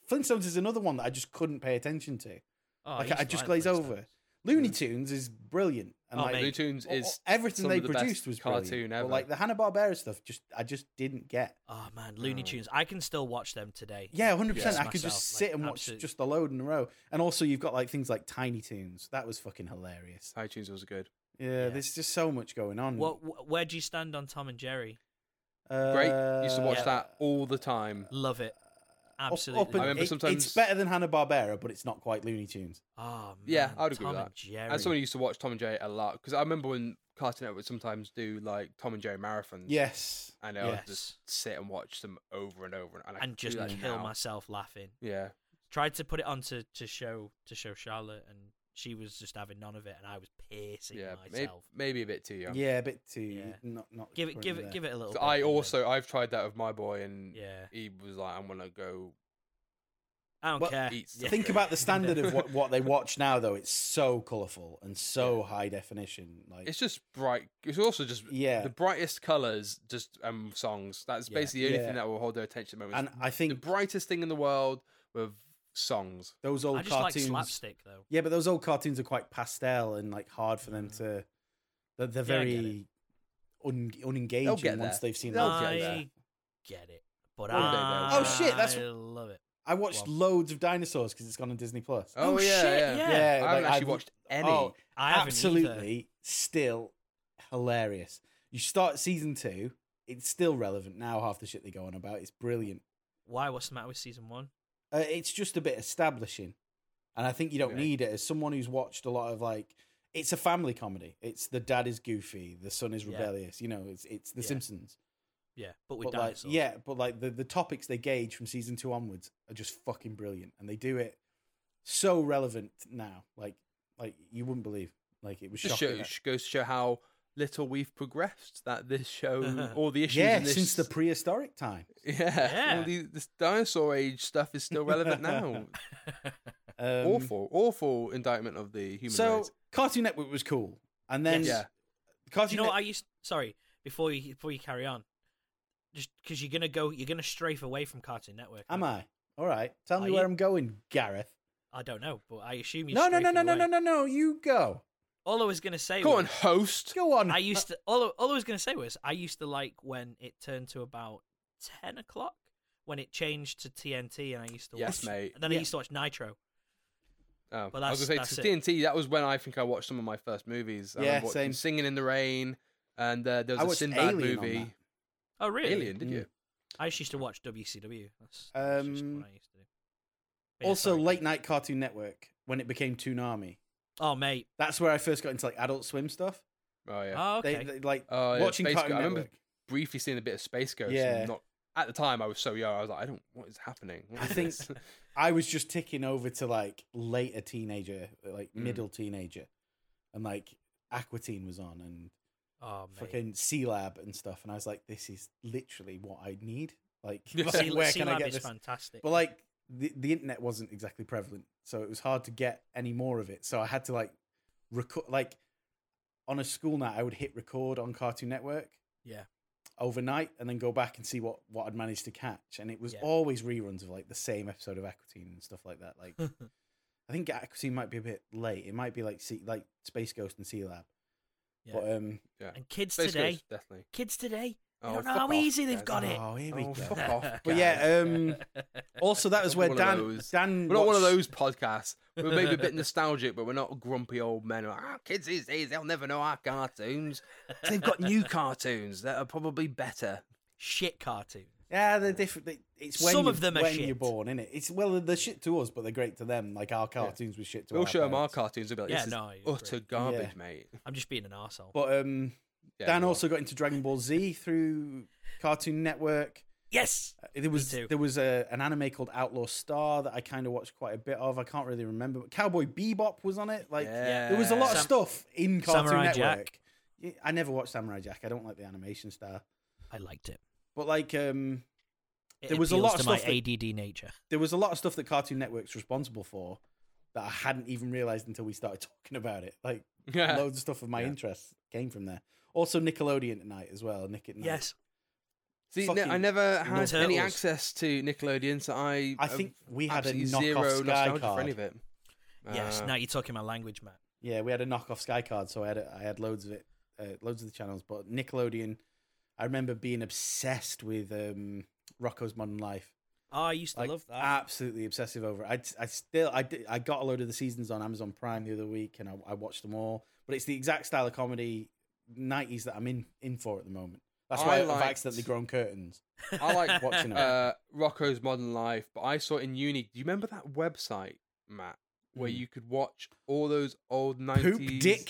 B: Flintstones is another one that I just couldn't pay attention to.
A: Oh,
B: like,
A: used
B: I
A: to
B: just
A: like
B: glaze
A: Flintstones.
B: over. Looney Tunes is brilliant, and
A: Oh,
B: like
A: mate.
C: Hmm. Looney Tunes
B: o- o-
C: is
B: everything
C: some
B: they
C: of the best
B: produced was brilliant.
C: cartoon
B: But,
C: ever.
B: like the Hanna Barbera stuff, just I just didn't get.
A: Oh man, Looney Tunes. I can still watch them today.
B: Yeah, hundred percent.
A: Yeah.
B: I could
A: Myself,
B: just
A: like,
B: sit and watch
A: absolute-
B: just a load in a row. And also, you've got like things like Tiny Toons. That was fucking hilarious.
C: iTunes was good.
B: Yeah,
A: Yeah.
B: there's just so much going on.
A: What? wh- Where do you stand on Tom and Jerry?
C: Great. Used to watch
B: Uh,
C: that all the time.
A: Love it.
B: up-
A: Absolutely.
B: up and-
C: I remember
B: it-
C: sometimes-
B: it's better than Hanna Barbera, but it's not quite Looney Tunes.
A: oh man,
C: Yeah, I would agree
A: Tom
C: with
A: And
C: that.
A: Jerry.
C: And someone who used to watch Tom and Jerry a lot because I remember when Cartoon Network would sometimes do like Tom and Jerry marathons.
B: Yes.
C: and I would
A: Yes.
C: just sit and watch them over and over, and, I
A: and
C: could do
A: just
C: that
A: kill
C: now.
A: myself laughing.
C: Yeah,
A: Tried to put it on to, to show to show Charlotte, and she was just having none of it, and I was piercing
C: yeah, may-
A: myself.
C: maybe a bit too young.
B: Yeah, a bit too.
A: Yeah.
B: Not not.
A: Give it, give it,
B: currently
A: give it a little.
C: 'Cause
A: bit,
C: I
A: and then-
C: also I've tried that with my boy, and
A: yeah,
C: he was like, "I'm gonna go."
A: I don't
B: Well,
A: care.
C: eat
A: Yeah.
B: there. Think about the standard of what, what they watch now, though. It's so colourful and so high definition. Like
C: It's just bright. It's also just
B: yeah,
C: the brightest colors, just um songs. That's
A: Yeah.
C: basically the only
B: Yeah.
C: thing that will hold their attention. At the
B: and
C: moment.
B: I
C: It's the
B: think
C: brightest thing in the world with songs.
B: those old
A: I just
B: cartoons.
A: like slapstick though.
B: yeah, but those old cartoons are quite pastel and like hard for them to. They're, they're
A: Yeah, I get
B: very un,
C: They'll
B: unengaging
C: get
B: once
C: there.
B: they've seen.
C: They'll
B: those
C: get
A: I
B: shows.
C: there.
A: get it, but
C: One day they'll
A: I
C: get
B: it. Oh, shit, that's-
A: I love it.
B: I watched
A: Wow.
B: loads of dinosaurs because it's gone on Disney Plus.
A: Oh,
C: yeah,
A: shit,
C: yeah.
A: yeah.
C: I
B: Yeah,
C: haven't
B: like,
C: actually
B: I've-
C: watched any.
B: Oh,
A: I haven't either.
B: absolutely still hilarious. You start season two, it's still relevant now. Half the shit they go on about, it's brilliant.
A: Why? What's the matter with season one?
B: Uh, it's just a bit establishing, and I think you don't
C: Okay.
B: need it. As someone who's watched a lot of like, it's a family comedy. It's the dad is goofy, the son is
A: Yeah.
B: rebellious. You know, it's it's The
A: Yeah.
B: Simpsons.
A: Yeah, but with
B: But like,
A: dinosaurs.
B: yeah, but like the the topics they gauge from season two onwards are just fucking brilliant, and they do it so relevant now. Like, like you wouldn't believe. Like it was
C: just
B: shocking.
C: show, sh- goes to show how little we've progressed. That this show, all the issues
B: Yeah,
C: in this,
B: since the prehistoric time.
C: yeah, all
A: Yeah.
C: the, this dinosaur age stuff is still relevant now.
B: Um,
C: awful, awful indictment of the human
B: So
C: race.
B: Cartoon Network was cool, and then
A: Yes.
C: Yeah,
A: Do
B: Cartoon
A: you know
B: Net-
A: what I used? Sorry, before you before you carry on, just because you're gonna go, you're gonna strafe away from Cartoon Network.
B: Am I all right? Tell me
A: Are
B: where
A: you-
B: I'm going, Gareth.
A: I don't know, but I assume you.
B: No, no, no, no, no, no, no, no. You go.
A: All I was gonna say.
C: go
A: was,
C: on, host.
B: Go on.
A: I used to all, I- all I was going to say was I used to like when it turned to about 10 o'clock when it changed to TNT and I used to
C: Yes,
A: watch
C: mate.
A: and then
B: Yeah.
A: I used to watch Nitro.
C: Oh,
A: Well,
C: I was
A: that's-
C: gonna
A: that's
C: say
A: it.
C: to TNT. That was when I think I watched some of my first movies. I
B: Yeah,
C: remember watching
B: same.
C: Singing in the Rain, and uh, there
B: I
C: was a
B: watched
C: Sinbad
B: Alien on
C: movie.
B: that.
A: Oh, really?
C: Alien, did
B: Mm.
C: you?
A: I just used to watch WCW. That's, that's just
B: Um,
A: what I used to do. But yeah,
B: also
A: sorry.
B: late night Cartoon Network when it became Toonami.
A: Oh, mate.
B: That's where I first got into like Adult Swim stuff.
C: Oh yeah.
A: Oh, okay.
B: They, they like
C: Oh, yeah,
B: watching
C: Space
B: Cartoon
C: Go- I remember
B: Network.
C: Briefly seeing a bit of Space Ghost.
B: Yeah.
C: And not at the time, I was so young. I was like, I don't. What is happening? What
B: I
C: is
B: think-
C: this?
B: I was just ticking over to like later teenager, like
C: Mm.
B: middle teenager, and like Aquatine was on and
A: oh, mate.
B: fucking C Lab and stuff, and I was like, this is literally what I need. Like,
C: Yeah.
B: like,
A: C-
B: where can I
A: C-Lab
B: get
A: is
B: this?
A: fantastic.
B: But like, the the internet wasn't exactly prevalent, so it was hard to get any more of it. So I had to like record, like on a school night, I would hit record on Cartoon Network
A: yeah.
B: overnight, and then go back and see what what I'd managed to catch, and it was
A: Yeah.
B: always reruns of like the same episode of Aquatine and stuff like that. Like, I think Aquatine might be a bit late. It might be like C- like Space Ghost and Sea Lab,
A: yeah.
B: but um.
A: and kids
C: Space
A: today,
C: Ghost, definitely.
A: kids today, they
C: Oh,
A: don't know
C: fuck
A: how
C: off,
A: easy they've
C: guys.
A: got it.
B: Oh, here we
C: Oh,
B: go.
C: fuck off.
B: But yeah, um, also that was
C: We're
B: where
C: not one of
B: Dan
C: those-
B: Dan
C: We're not one of
B: watched-
C: those podcasts. We're maybe a bit nostalgic, but we're not grumpy old men. who are Like, ah, kids these days, they'll never know our cartoons. They've got new cartoons that are probably better.
A: Shit cartoon.
B: Yeah, they're different. They- It's when
A: Some
B: you-
A: of them are
B: when
A: shit.
B: you're born, innit? It's well, they're shit to us, but they're great to them. Like our cartoons were shit to
C: We'll
B: our
C: show them our
B: parents.
C: cartoons. They'll be like,
A: Yeah,
C: this is
A: no, I agree.
C: utter garbage, mate.
A: I'm just being an arsehole.
B: But um,
C: Yeah,
B: Dan
C: you are.
B: also got into Dragon Ball Z through Cartoon Network.
A: yes.
B: Uh, There was
A: too.
B: there was a, an anime called Outlaw Star that I kind of watched quite a bit of. I can't really remember. But Cowboy Bebop was on it. Like
C: Yeah.
B: there was a lot of
A: Sam-
B: stuff in Cartoon
A: Samurai
B: Network.
A: Jack.
B: Yeah, I never watched Samurai Jack. I don't like the animation style.
A: I liked it.
B: But like um,
A: It
B: There was a lot
A: appeals
B: of
A: to my
B: stuff that-
A: ADD nature.
B: there was a lot of stuff that Cartoon Network's responsible for that I hadn't even realized until we started talking about it. Like
C: Yeah.
B: loads of stuff of my
C: Yeah.
B: interests came from there. Also Nickelodeon at night as well. Nick at night.
A: Yes.
C: See, ne- I
B: fucking
C: never had
A: Turtles.
C: any access to Nickelodeon, so I
B: I think we had a
C: absolutely
B: knockoff
C: zero
B: Sky
C: nostalgia for
B: card.
C: any of it.
A: Yes,
C: Uh,
A: now you're talking my language, Matt.
B: Yeah, we had a knockoff Sky card, so I had a, I had loads of it, uh, loads of the channels. But Nickelodeon, I remember being obsessed with um, Rocco's Modern Life.
A: Oh, I used to
B: Like,
A: love that.
B: Absolutely obsessive over it. I, I still I, did, I got a load of the seasons on Amazon Prime the other week, and I, I watched them all. But it's the exact style of comedy '90s that I'm in in for at the moment. That's
C: I
B: why I've
C: liked-
B: accidentally grown curtains.
C: I like
B: watching it.
C: uh, Rocco's Modern Life, but I saw in uni. Do you remember that website, Matt, where
B: Mm.
C: you could watch all those old nineties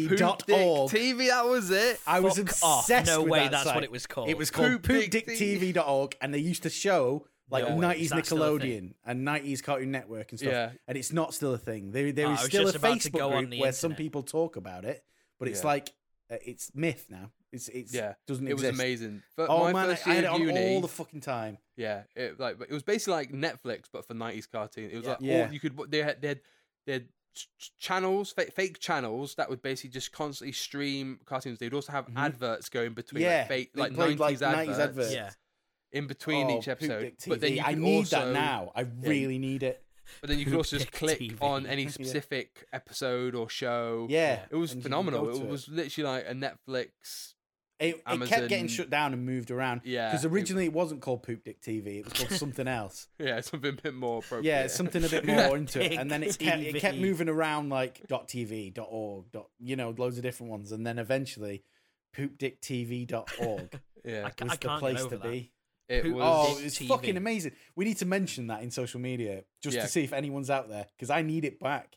B: Poopdicktv.org.
C: TV? That was it.
B: I was
A: Fuck
B: obsessed
A: off. No
B: with
A: way
B: that
A: that's
B: site.
A: what it was called.
B: It was called
C: Poop Dick
B: poopdicktv.org, and they used to show like
A: No way.
B: 90s
A: Is that still a
B: Nickelodeon
A: thing?
B: and 90s Cartoon Network and stuff.
C: Yeah. Oh,
B: And it's not still a thing. There, there
A: Ah,
B: is
A: I was
B: still a
A: just about to
B: Facebook
A: go
B: group
A: on
B: where
A: the
B: some
A: internet.
B: people talk about it, but it's
C: Yeah.
B: like uh, it's myth now. It's it's
C: Yeah.
B: doesn't
C: It was
B: exist.
C: amazing. But
B: Oh
C: my
B: man, I,
C: first
B: I
C: year
B: had it
C: of
B: on
C: uni,
B: all the fucking time.
C: yeah, it like it was basically like Netflix but for nineties cartoon. It was
A: Yeah.
C: like
B: Yeah.
C: all you could. They had they had, they had ch- ch- channels, fake, fake channels that would basically just constantly stream cartoons. They'd also have
A: Mm-hmm.
B: Mhm.
C: adverts going between
B: Yeah,
C: like fake
B: they
C: like
B: played, like,
C: nineties
B: 90s
C: adverts,
B: adverts.
A: yeah.
C: in between
B: Oh,
C: each
B: Poop
C: episode.
B: Dick
C: But then
B: TV.
C: you
B: I
C: could
B: need
C: also,
B: that now. I really need it.
C: But then you could also just
A: Dick
C: click
A: TV.
C: on any
B: Yeah.
C: specific episode or show.
B: Yeah,
C: It was
B: and you can
C: phenomenal.
B: go
C: It
B: to
C: was literally like a Netflix.
B: It, it kept getting
C: Amazon-
B: shut down and moved around.
C: Yeah,
B: because
C: it-
B: originally it wasn't called Poop Dick TV. It was called something else.
C: Yeah, something a bit more appropriate.
B: yeah, it's something a bit more into it. And then it
A: Dick
B: kept, it kept
A: TV.
B: moving around like .tv, .org, dot, you know, loads of different ones. And then eventually poopdicktv.org
C: Yeah,
A: I
B: was
A: can't
B: the
A: get
B: place
A: over
B: to
A: that.
B: be.
C: it
A: Who-
B: Oh,
C: was.
A: Dick
B: it's
A: TV.
B: fucking amazing. We need to mention that in social media just
C: Yeah.
B: to see if anyone's out there because I need it back.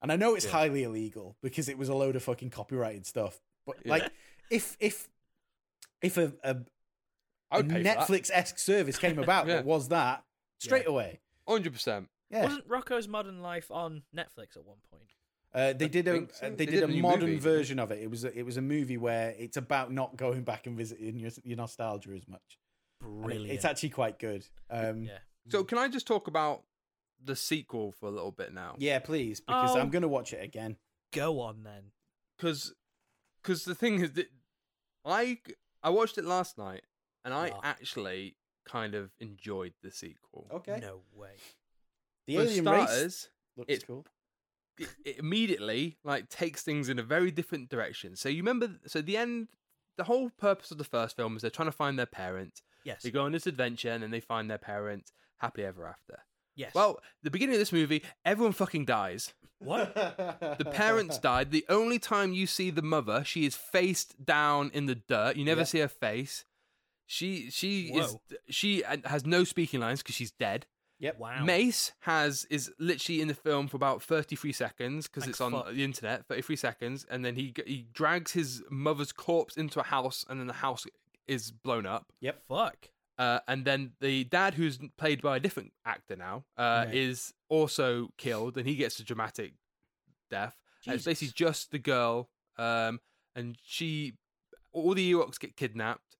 B: And I know it's
C: Yeah.
B: highly illegal because it was a load of fucking copyrighted stuff. But
C: Yeah.
B: like, if if if a, a,
C: I
B: a
C: would pay Netflix
B: Netflix esque service came about
C: Yeah.
B: that was that straight
A: Yeah.
B: away,
C: hundred percent.
B: yeah,
A: Wasn't Rocco's Modern Life on Netflix at one point?
B: Uh, they
C: I
B: did a
C: think so.
B: uh, they,
C: They
B: did,
C: did
B: a,
C: a new
B: modern
C: movie, didn't they?
B: version of it. It was a, it was a movie where it's about not going back and visiting your, your nostalgia as much. And it-
A: Brilliant.
B: it's actually quite good. Um, yeah.
A: yeah.
C: So can I just talk about the sequel for a little bit now?
B: please, because
A: Oh.
B: I'm going to watch it again.
A: Go on then.
C: because because the thing is that I I watched it last night and I
A: Ah.
C: actually kind of enjoyed the sequel.
B: Okay.
A: No way.
B: Oh, The
C: For
B: alien race
C: starters,
B: looks
C: it's-
B: cool.
C: it, it immediately like takes things in a very different direction. So you remember, so the end, the whole purpose of the first film is they're trying to find their parents.
A: Yes.
C: They go on this adventure and then they find their parents happily ever after.
A: Yes.
C: Well, the beginning of this movie, everyone fucking dies.
A: what?
C: The parents died. The only time you see the mother, she is faced down in the dirt. You never
B: Yeah.
C: see her face. She she is
A: Whoa.
C: she uh, has no speaking lines because she's dead.
B: Yep.
A: Wow.
C: Mace has is literally in the film for about 33 seconds because
A: Thank
C: it's on
A: fuck.
C: the internet 33 seconds and then he g- he drags his mother's corpse into a house and then the house is blown up
A: Fuck.
C: uh, and then the dad who's played by a different actor now uh,
B: Right.
C: is also killed and he gets a dramatic death And it's Uh, basically just the girl um, and she all the Ewoks get kidnapped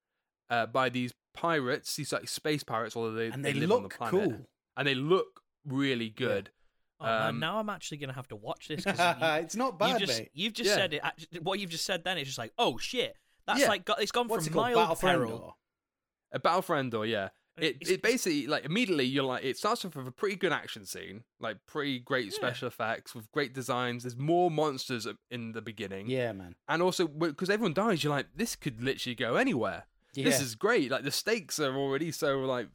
C: uh, by these pirates these like space pirates although they,
B: and they,
C: live on the
B: look
C: planet
B: cool.
C: and they look really good.
A: Oh, man,
C: um,
A: now I'm actually gonna have to watch this because
B: it's not
A: you,
B: bad,
A: just
B: mate.
A: you've just
C: Yeah.
A: said it. act- What you've just said then is just like, oh shit. That's
C: Yeah.
A: like got, it's gone
B: What's it
A: from
B: called?
A: mild
B: Battle
A: peril.
B: Friendor.
C: A Battle for Endor, yeah. It
A: It's-
C: it basically like immediately you're like it starts off with a pretty good action scene, like pretty great
A: Yeah.
C: special effects with great designs. There's more monsters uh, in the beginning,
B: Yeah, man.
C: and also because everyone dies, you're like this could literally go anywhere.
B: Yeah.
C: This is great. Like the stakes are already so like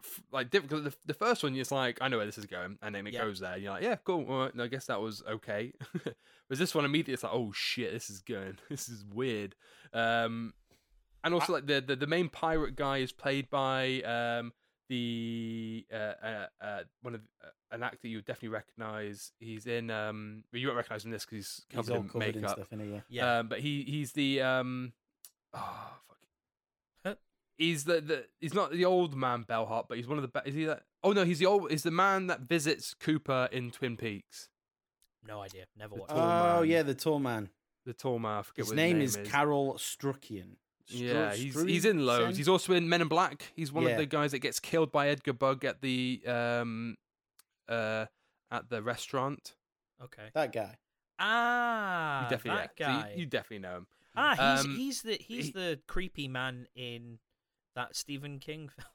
C: f- like difficult. The, the first one, it's like I know where this is going, and then it
A: Yeah.
C: goes there. And you're like, yeah, cool. All right, no, I guess that was okay. Whereas this one immediately, it's like, oh shit, this is going. This is weird. Um, and also like the, the the main pirate guy is played by um the uh, uh, uh one of uh, an actor you would definitely recognize. He's in um well, you won't recognize him in this because he's
B: He's
C: covered
B: all
C: in
B: covered in
C: makeup.
B: stuff in here.
A: Yeah.
C: Um, but he he's the um, oh fuck.
A: Huh?
C: He's the, the he's not the old man bellhop, but he's one of the be- is he that? Oh no, he's the old is the man that visits Cooper in Twin Peaks.
A: no idea. Never
C: The
A: watched.
C: tall
A: it.
B: Oh
C: man.
B: yeah, the tall man.
C: The tall man. I forget
B: His
C: what
B: name,
C: his
B: is, Carol Struckian. Stru-
C: yeah, he's he's in
B: Struisen?
C: loads. He's also in Men in Black. He's one
B: Yeah.
C: of the guys that gets killed by Edgar Bug at the um uh at the restaurant.
A: Okay.
B: that guy.
A: Ah,
C: you definitely
A: that
C: yeah, so you-
A: guy.
C: you, definitely know him.
A: ah, he's
C: Um,
A: he's the he's
C: he-
A: the creepy man in that Stephen King film.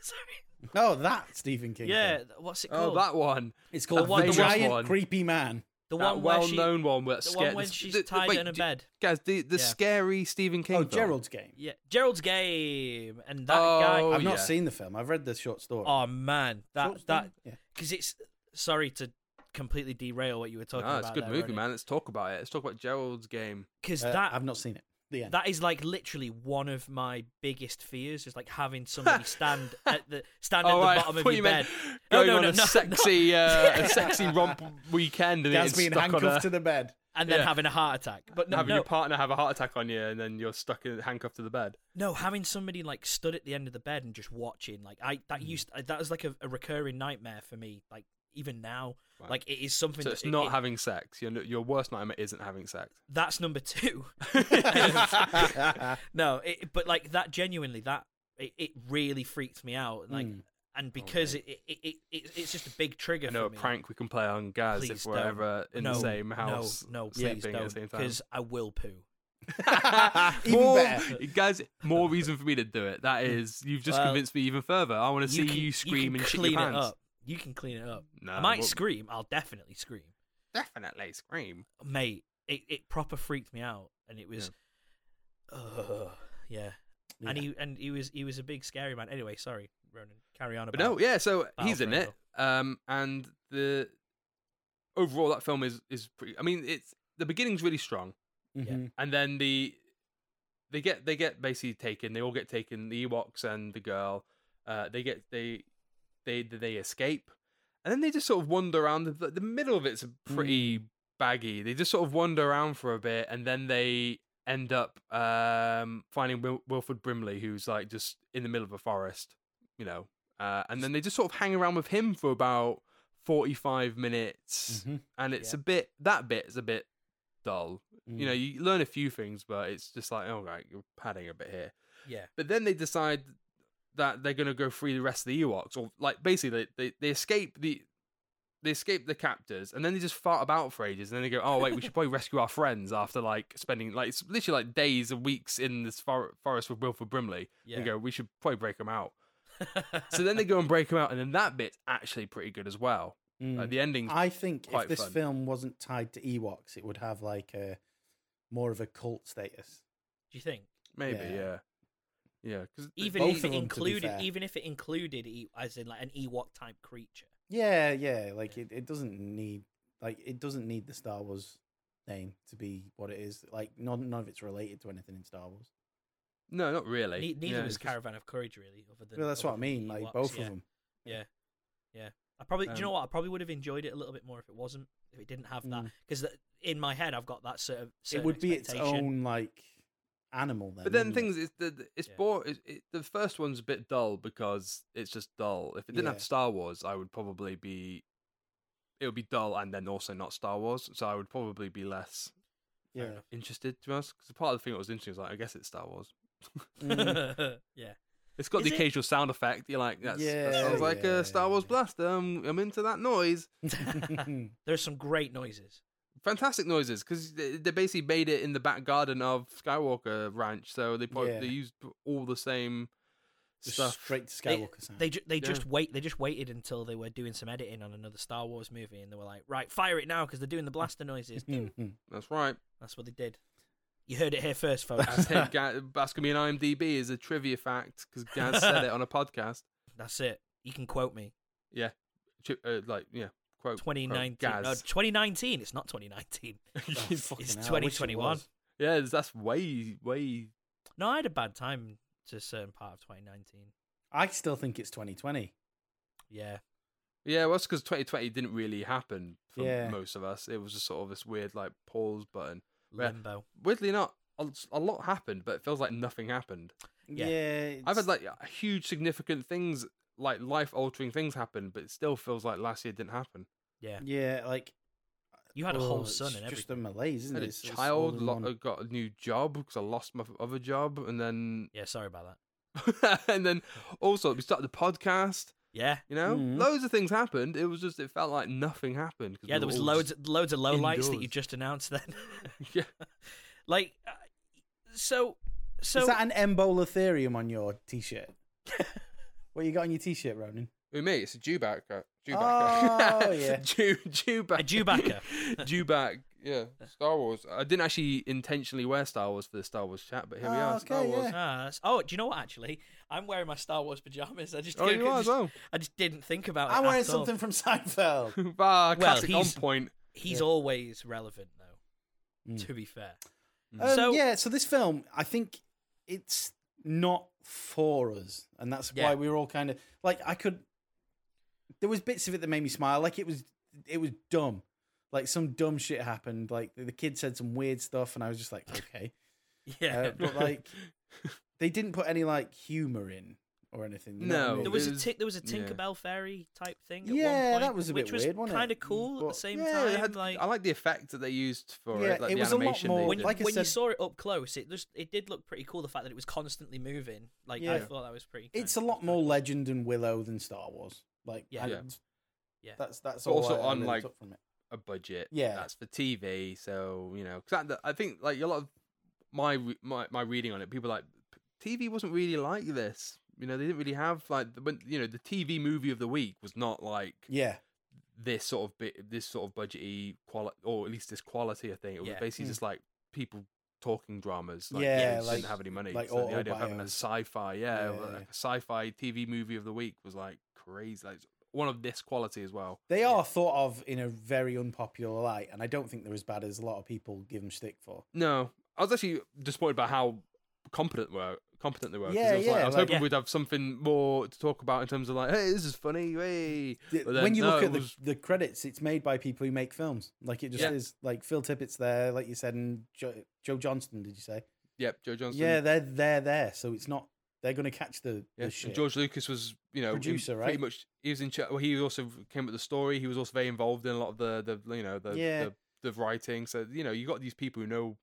A: Sorry.
B: Oh, that Stephen King.
A: yeah.
B: thing.
A: th- What's it
C: Oh,
A: called?
C: that one.
B: it's
A: the
B: called
A: one-
B: the
A: the
B: giant
C: one-
B: creepy man.
A: The
C: that
A: one where she, the
C: well-known one where that's
A: one
C: scared.
A: when
C: the-
A: she's
C: the-
A: tied
C: wait,
A: in a
C: d-
A: bed.
C: guys. The the
A: Yeah.
C: scary Stephen King.
B: Oh,
C: film.
B: Gerald's game.
A: Yeah, Gerald's game and that
C: Oh,
A: guy.
B: I've not
C: yeah.
B: seen the film. I've read the short story.
A: Oh man,
B: Short
A: that
B: story?
A: that
B: Yeah.
A: because it's sorry to completely derail what you were talking
C: Nah,
A: about.
C: Ah, it's a good movie, man. Let's talk about it. Let's talk about Gerald's game.
A: Because
B: Uh,
A: that
B: I've not seen it. The end.
A: that is like literally one of my biggest fears is like having somebody stand at the stand at the
C: Oh, right,
A: bottom
C: I
A: of
C: thought
A: your
C: you
A: bed.
C: meant
A: No,
C: going
A: no,
C: on
A: no,
C: a
A: no,
C: sexy, uh, a sexy romp weekend, and
B: Gaz
C: it's
B: being
C: stuck on a,
B: handcuffed to the bed.
A: and then
C: Yeah.
A: having a heart attack. But no,
C: having
A: no,
C: your partner have a heart attack on you, and then you're stuck in, handcuffed to the bed.
A: no, having somebody like stood at the end of the bed and just watching. Like I
C: Mm.
A: that used that was like a, a recurring nightmare for me. Like even now,
C: Wow.
A: like it is something.
C: So
A: that
C: it's
A: it-
C: not
A: it-
C: having sex. Your your worst nightmare isn't having sex.
A: That's number two.
B: That's
A: No, it, but like that genuinely that it, it really freaked me out. Like
B: Mm.
A: and because it, it, it, it it's just a big trigger.
C: You Oh, know,
A: for
C: a
A: me.
C: prank we can play on Gaz
A: Please
C: if we're
A: don't.
C: ever in the
A: No,
C: same
A: no,
C: house,
A: no, please
C: sleeping at the
A: don't,
C: same time.
A: because I will poo.
B: Even
C: more,
B: better.
C: guys, more reason for me to do it. That is, you've just
A: Well,
C: convinced me even further. I want to see
A: can-
C: you scream
A: can
C: and shit
A: clean
C: your pants. Uh,
A: it up. You can clean it up. I
C: Nah,
A: might
C: well-
A: scream. I'll definitely scream,
C: Definitely scream.
A: mate. It it proper freaked me out, and it was, Ugh, yeah. And
B: Yeah.
A: he and he was he was a big scary man. Anyway, sorry, Ronan. Carry on
C: But
A: about.
C: no, yeah. So he's in it,
A: Battlefield.
C: um, and the overall that film is is pretty. I mean, it's the beginning's really strong,
B: Mhm.
C: and then the they get they get basically taken. They all get taken. The Ewoks and the girl. Uh, they get they they they escape, and then they just sort of wander around. The, the middle of it's pretty baggy. They just sort of wander around for a bit, and then they end up um, finding Wil- Wilford Brimley, who's like just in the middle of a forest, you know. Uh, and then they just sort of hang around with him for about forty-five minutes,
B: Mhm.
C: and it's
A: Yeah.
C: a bit that bit is a bit dull you know
B: Mm.
C: you learn a few things but it's just like all right you're padding a bit here
A: yeah,
C: but then they decide that they're going to go free the rest of the ewoks or like basically they, they, they escape the they escape the captors and then they just fart about for ages and then they go oh wait we should probably rescue our friends after like spending like it's literally like days and weeks in this for- forest with wilford brimley
A: yeah.
C: they go we should probably break them out so then they go and break them out and then that bit's actually pretty good as well
B: Mm.
C: like the ending's
B: I think if
C: quite
B: this
C: fun.
B: film wasn't tied to Ewoks, it would have like a more of a cult status.
A: Do you think?
C: maybe
B: yeah.
C: yeah yeah because
A: Even e
B: Both of
A: if
B: them, to
A: it
B: be
A: included,
B: fair.
A: even if it included, E- as in like an Ewok type creature.
B: Yeah, yeah. Like it, it doesn't need like it doesn't need the Star Wars name to be what it is. Like none none of it's related to anything in Star Wars.
C: no not really
A: Ne- neither
C: Yeah,
A: was
C: it's just-
A: Caravan of Courage, really. Other than
B: Well, that's
A: other
B: what I
A: than
B: mean.
A: the
B: Like
A: Ewoks,
B: both
A: yeah.
B: of them.
A: I probably, do you know
C: Um,
A: what? I probably would have enjoyed it a little bit more if it wasn't, if it didn't have that.
B: Mm.
A: Because in my head, I've got that sort of.
B: It
A: certain
B: would be its
A: expectation.
B: own like animal then.
C: But then
B: wouldn't it?
C: things is the the- it's
A: Yeah.
C: bore It, it, the first one's a bit dull because it's just dull. If it didn't
B: Yeah.
C: have Star Wars, I would probably be it would be dull and then also not Star Wars, so I would probably be less
B: Yeah.
A: enough.
C: interested to us. Because part of the thing that was interesting was like I guess it's Star Wars.
B: Mm.
A: yeah.
C: It's got
A: Is
C: the
A: it?
C: occasional sound effect. You're like that's, that
B: Yeah,
C: sounds like a Star Wars
B: yeah.
C: blaster. I'm, I'm into that noise.
B: Mm.
A: There's some great noises.
C: Fantastic noises because they, they basically made it in the back garden of Skywalker Ranch, so they probably,
B: Yeah.
C: they used all the same
B: Just
C: stuff.
B: straight to
A: They-
B: Skywalker sound.
A: They ju- they
C: Yeah.
A: just wait. They just waited until they were doing some editing on another Star Wars movie, and they were like, "Right, fire it now," because they're doing the blaster noises.
B: Mm.
C: That's right.
A: That's what they did. You heard it here first, folks.
C: That's, it, Ga- that's gonna be an IMDb is a trivia fact because Gaz said it on a podcast.
A: That's it. You can quote me.
C: Tri- uh, like yeah, quote quote,
A: 2019. No,
C: Gaz.
A: 2019. It's not 2019.
B: Oh, fucking
A: it's
B: hell, I wish it
A: 2021.
B: was.
C: yeah, that's way way.
A: No, I had a bad time to a certain part of 2019.
B: I still think it's 2020.
A: Yeah.
C: Yeah, well, that's because 2020 didn't really happen for
B: Yeah.
C: most of us. It was just sort of this weird like pause button. Yeah.
A: Limbo.
C: Weirdly not, a, a lot happened, but it feels like nothing happened.
A: Yeah.
C: I've had
B: it's-
C: like huge significant things, like life altering things happen, but it still feels like last year didn't happen.
A: Yeah.
B: yeah, like
A: You had a
B: oh,
A: whole son
B: it's
A: and
B: Just
A: everything.
B: a malaise, isn't
C: I had
B: it?
C: a
B: It's- it's all
C: child,
B: in
C: lo- uh,
B: one.
C: I got a new job because I lost my f- other job, and then
A: Yeah, sorry about that.
C: and then also we started the podcast.
A: Yeah.
C: You know,
B: Mhm.
C: loads of things happened. It was just it felt like nothing happened. 'cause
A: Yeah,
C: we
A: there
C: were
A: was
C: all
A: loads loads of low lights that
C: indoors.
A: you just announced then.
C: just- yeah,
A: like uh, so so
B: Is that an Embola Therium on your t-shirt? what you got on your t-shirt, Ronan?
C: Who me? It's a Jewbacker. Jewbacker.
B: Oh, yeah.
C: Jew
A: A Chewbacca.
C: Jewback. Yeah. Star Wars. I didn't actually intentionally wear Star Wars for the Star Wars chat, but here we
B: Oh,
C: are.
B: okay,
C: Star Wars.
B: yeah.
A: Ah, that's- oh, do you know what? Actually, I'm wearing my Star Wars pajamas. I just
C: Oh, you are as
A: just-
C: well.
A: I just didn't think about it.
B: I'm wearing
A: at all.
B: something from Seinfeld.
C: Ah, classic on
A: he's-
C: point.
A: He's
B: Yeah.
A: always relevant, though.
B: Mm.
A: To be fair,
B: Um,
A: So-
B: yeah, so this film, I think it's not for us, and that's
A: Yeah.
B: why we were all kind of like I could. There was bits of it that made me smile, like it was it was dumb, like some dumb shit happened, like the, the kid said some weird stuff, and I was just like, okay,
A: yeah.
B: uh, but like they didn't put any like humor in or anything. you know what I
C: No.
B: mean?
A: there was a
C: there's-
A: ti- there was a
C: yeah.
A: Tinkerbell fairy type thing. At
B: Yeah,
A: one point,
B: that was a bit
A: which
B: weird,
A: was
B: wasn't it?
A: kind of cool at
B: But-
A: the same
C: Yeah,
A: time.
C: it had-
A: like
C: I like the effect that they used for
B: Yeah,
C: it. Like
B: it
C: the
B: was a lot
C: animation
B: more-
C: they
A: when,
C: did.
B: like I
A: when you
B: said-
A: saw it up close, it just it did look pretty cool. The fact that it was constantly moving, like I
B: Yeah.
A: thought that was pretty.
B: it's a
A: kinda-
B: lot more Legend and Willow than Star Wars. Like,
A: Yeah.
B: I-
C: Yeah.
A: Yeah.
B: that's that's
C: But
B: all
C: also
B: I- I
C: on,
B: really
C: like,
B: took from it.
C: a budget.
B: Yeah.
C: that's for TV. So you know, 'cause that- I think like a lot of my re- my my reading on it, people are like TV wasn't really like this. You know, they didn't really have like the- when you know the TV movie of the week was not like
B: Yeah,
C: this sort of bit, this sort of budgety quality, or at least this quality. I think it was
A: Yeah.
C: basically
B: Mm.
C: just like people talking dramas. Like,
B: Yeah,
C: they just
B: like-
C: didn't have any money.
B: like
C: so the idea of having a
B: autobios.
C: sci-fi, yeah,
B: Yeah.
C: like a sci-fi TV movie of the week was like crazy. Like one of this quality as well.
B: They are thought of in a very unpopular light, and I don't think they're as bad as a lot of people give them stick for.
C: No, I was actually disappointed by how competent were competent they were. 'cause
B: Yeah,
C: I was, like-
B: yeah,
C: I was
B: like-
C: hoping
A: Yeah.
C: we'd have something more to talk about in terms of like, hey, this is funny. Hey, But then,
B: when you look
C: no,
B: at
C: it was-
B: the, the credits, it's made by people who make films. Like it just
C: Yeah.
B: is. Like Phil Tippett's there, like you said, and jo- Joe Johnston. Did you say?
C: yep, Joe Johnson.
B: Yeah, they're they're there. So it's not they're going to catch the,
C: Yeah,
B: the
C: and
B: shit.
C: George Lucas was, you know, in-
B: Producer,
C: Pretty
B: right?
C: much, he was in. cha- Well, he also came up with the story. He was also very involved in a lot of the, the you know, the,
B: Yeah.
C: the the writing. So you know, you got these people who know.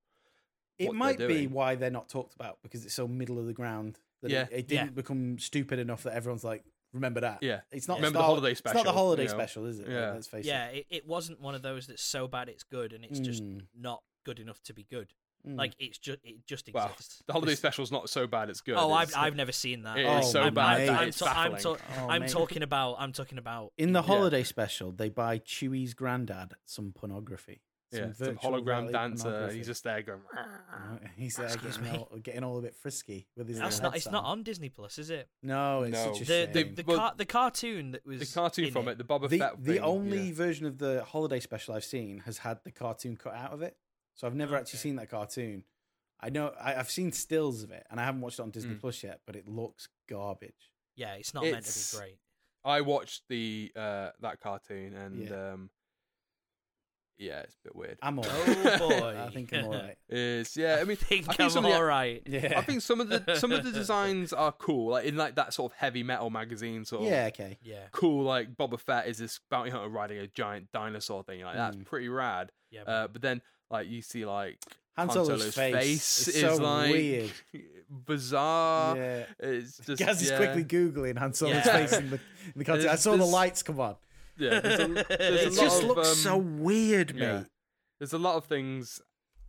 B: it
C: what they're
B: might be
C: doing.
B: why they're not talked about because it's so middle of the ground that
C: Yeah.
B: it, it
A: Yeah.
B: didn't become stupid enough that everyone's like, remember that.
C: Yeah.
B: it's not
C: Remember the
B: Star-
C: holiday
B: It's not
C: special,
B: the holiday
C: you know?
B: special, is it? Like,
C: Yeah.
B: let's face
A: Yeah,
B: it.
A: it, it wasn't one of those that's so bad it's good, and it's just
B: Mm,
A: not good enough to be good.
B: mm.
A: Like it's just it just
C: Well,
A: exists.
C: The holiday
B: It's-
C: special's not so bad. It's good.
A: oh, I've
C: It's-
A: I've never seen that.
C: It
A: I'm,
B: is so
A: I'm,
B: bad
A: I'm,
B: that
A: I'm,
B: it's
A: ta- I'm,
C: baffling.
A: ta-
B: Oh,
A: I'm
B: mate.
A: talking about I'm talking about
B: In the
C: Yeah.
B: holiday special, they buy Chewie's granddad some pornography.
C: yeah, some
B: virtual
C: hologram
B: reality
C: dancer.
B: pornography.
C: He's just there going.
B: Uh, He's uh,
A: Excuse
B: getting,
A: me.
B: all, getting all a bit frisky with his.
A: that's
B: little
A: not it's
B: headset
A: not on Disney Plus, is it?
B: No, it's
C: No.
B: such a
A: The the,
B: shame.
A: the,
C: Well,
A: car, the cartoon that was
C: The cartoon
A: in
C: from it, the Boba
B: the,
C: Fett.
B: the
C: thing,
B: only
C: yeah.
B: version of the holiday special I've seen has had the cartoon cut out of it, so I've never actually
A: Okay.
B: seen that cartoon. I know I, I've seen stills of it, and I haven't watched it on Disney
C: Mm.
B: Plus yet, but it looks garbage.
A: Yeah, it's not meant
C: It's-
A: to be great.
C: I watched the uh that cartoon and
B: Yeah.
C: um yeah, it's a bit weird.
B: I'm all
A: Oh, boy.
B: I think I'm all right.
C: It's yeah, I mean
A: think
C: I think
A: I'm
C: some of the-
A: all right.
B: Yeah,
C: I think some of the some of the designs are cool, like in like that sort of heavy metal magazine sort of
B: yeah, okay.
A: Yeah,
C: cool. Like Boba Fett is this bounty hunter riding a giant dinosaur thing, like that's
B: Mm.
C: pretty rad.
A: yeah.
C: Uh, but then like you see like
B: Han Solo's, face, is, so
C: like
B: weird.
C: bizarre.
B: yeah.
C: It's just
B: Gaz is
C: yeah.
B: quickly googling Han Solo's
A: Yeah.
B: face in the, in the cartoon. I
C: There's-
B: saw the
C: there's-
B: lights come on.
C: Yeah, there's a, there's a
A: It
C: lot
A: just
C: of, um,
B: weird,
C: yeah. there's a lot of things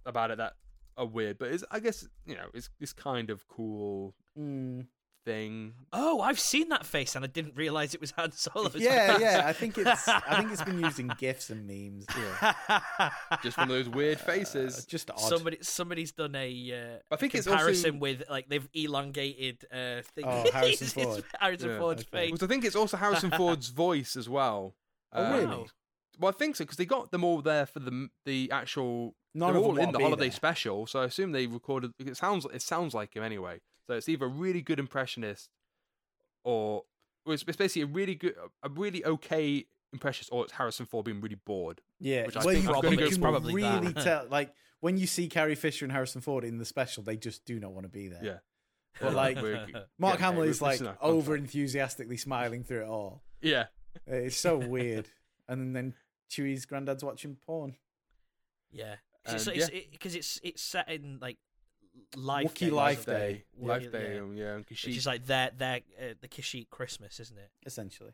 C: about it that are weird, but it's I guess you know it's this kind of cool
B: Mm.
C: thing.
A: oh, I've seen that face and I didn't realize it was Han Solo.
B: Yeah, yeah. I think it's I think it's been used in gifs and memes.
C: Yeah, just one of those weird faces.
B: Uh, just odd.
A: Somebody, somebody's done a uh,
C: I think it's also-
A: comparison with like they've elongated uh, thing.
B: Oh, Harrison
A: It's- it's
B: Ford.
A: Harrison
C: Yeah.
A: Ford's
B: Okay.
A: face.
C: Because I think it's also Harrison Ford's voice as well. Um,
B: Oh,
A: Wow.
B: really?
C: Well, I think so because they got them all there for the the actual.
B: None
C: they're
B: of them
C: all in
B: wanna
C: the
B: be
C: holiday
B: there.
C: special, so I assume they recorded. It sounds it sounds like him anyway. So it's either a really good impressionist, or well, it's, it's basically a really good, a really okay impressionist, or it's Harrison Ford being really bored.
B: Yeah,
C: which I
B: well,
C: think
B: you,
A: I'm gonna
B: you
A: go
B: can
A: probably
B: really
A: that.
B: tell. Like when you see Carrie Fisher and Harrison Ford in the special, they just do not want to be there.
C: Yeah.
B: But, like, Mark Hamill is like over
C: in
B: enthusiastically smiling through it all.
C: Yeah,
B: It's so weird. And then Chewie's granddad's watching porn.
A: Yeah, because
C: Um,
A: it's, because it's it's set in like life.
B: Wookiee
A: days,
B: life
A: isn't it?
B: day.
A: Yeah.
C: Life Day,
A: Yeah.
C: um, yeah, because
A: Which
C: she's
A: is like their their uh, the Kashyyyk Christmas, isn't it?
B: Essentially,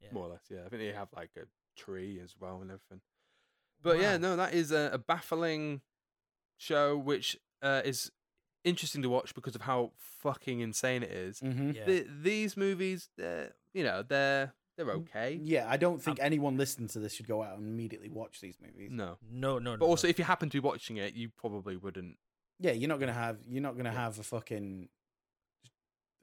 A: Yeah.
C: more or less. Yeah, I think they have like a tree as well and everything. But yeah,
A: Wow.
C: no, that is a, a baffling show, which uh, is interesting to watch because of how fucking insane it is.
B: mm-hmm.
A: Yeah.
C: The, these movies, they're you know, they're They're okay.
B: Yeah, I don't think anyone listening to this should go out and immediately watch these movies.
C: No.
A: Um, No, no, no.
C: But also,
A: no.
C: if you happen to be watching it, you probably wouldn't.
B: Yeah, you're not gonna have you're not gonna have a fucking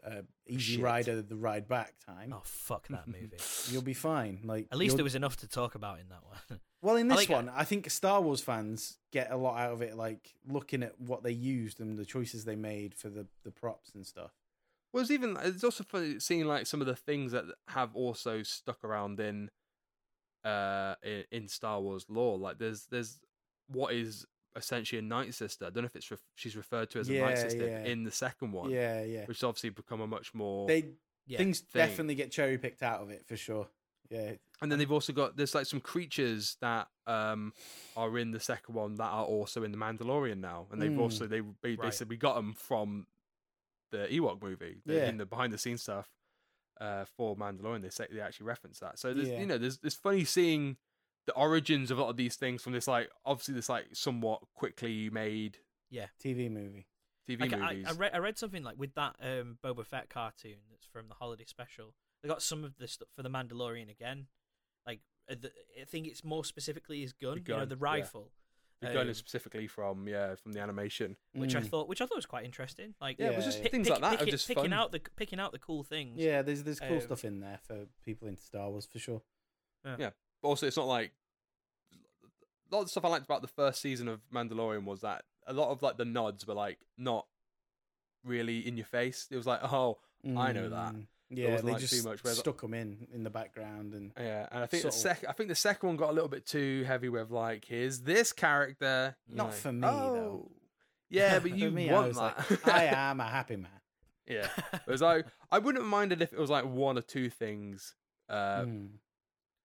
B: uh, easy
C: Shit.
B: rider the ride back time.
A: oh fuck that movie.
B: You'll be fine. Like
A: At least
B: you'll-
A: there was enough to talk about in that one.
B: Well, in this
A: like-
B: one, I think Star Wars fans get a lot out of it, like looking at what they used and the choices they made for the, the props and stuff.
C: Well, it's even it's also funny seeing like some of the things that have also stuck around in, uh, in, in Star Wars lore. Like there's there's what is essentially a night sister. I don't know if it's ref- she's referred to as a
B: Yeah,
C: night sister
B: yeah.
C: in the second one,
B: Yeah, yeah.
C: which has obviously become a much more.
B: They
A: Yeah.
B: things
C: thing.
B: definitely get cherry picked out of it for sure. Yeah,
C: and then they've also got there's like some creatures that um are in the second one that are also in the Mandalorian now, and they've
B: Mm.
C: also they they
A: Right.
C: basically got them from the Ewok movie the,
B: Yeah.
C: in the behind the scenes stuff uh for Mandalorian. They say they actually reference that, so there's
B: Yeah.
C: you know there's it's funny seeing the origins of a lot of these things from this like obviously this like somewhat quickly made
B: TV movie.
C: TV
A: Like, I,
C: movies.
A: I, read, I read something like with that um, Boba Fett cartoon that's from the holiday special. They got some of the stuff for the Mandalorian again. Like uh, the, I think it's more specifically his gun, you know,
C: gun,
A: the
C: yeah.
A: rifle,
C: the gun is
A: um,
C: specifically from yeah from the animation.
A: which I
B: Mm.
A: thought, which I thought was quite interesting. Like
C: Yeah,
B: it was just
C: things like that are
A: picking-
C: just
A: picking
C: fun.
A: out the picking out the cool things.
B: Yeah, there's there's cool
A: Um,
B: stuff in there for people into Star Wars for sure.
C: But also it's not like a lot of the stuff I liked about the first season of Mandalorian was that a lot of like the nods were like not really in your face. It was like, oh I know that.
B: Mm. Yeah,
C: wasn't,
B: they
C: like, too
B: just
C: much, whereas-
B: stuck them in in the background and
C: yeah, and I think the
B: Subtle.
C: sec I think the second one got a little bit too heavy with like, here's this character. you
B: Not
C: know,
B: for me, though.
C: "Oh." Yeah,
B: For
C: but you
B: me, I
C: want
B: was
C: that.
B: like, I am a happy man.
C: yeah, it was like I wouldn't have minded if it was like one or two things. Uh,
B: Mm.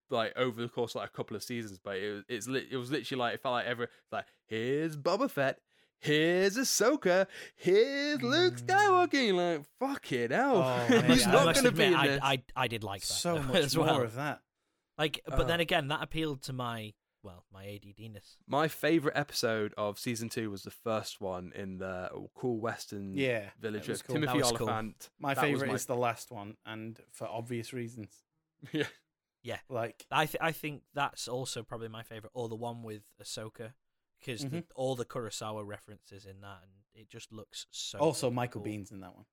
C: like over the course of like a couple of seasons, but it was it's lit it was literally like it felt like every like here's Boba Fett, here's Ahsoka, here's Luke Skywalker. You're like fucking hell,
B: Oh,
A: I
B: man, yeah.
A: must,
C: he's
A: Mm. I
C: not
A: must
C: going to be
A: admit,
C: in
A: I,
C: this.
A: I I did like that
B: so
A: though,
B: much
A: as well.
B: more of that.
A: Like, but then
C: Oh.
A: again, that appealed to my well, my ADDness.
C: My favorite episode of season two was the first one in the cool Western
B: Yeah,
C: Mm. village
B: it was
C: of
B: cool.
C: Timothy
A: That was cool.
C: Oliphant.
B: My
C: That was
B: favorite
C: my-
B: is the last one, and for obvious reasons,
C: yeah,
B: like
A: I th- I think that's also probably my favorite, or the one with Ahsoka, because
B: Mm-hmm.
A: the, all the Kurosawa references in that, and it just looks so.
B: also Michael
A: cool.
B: Bean's in that one.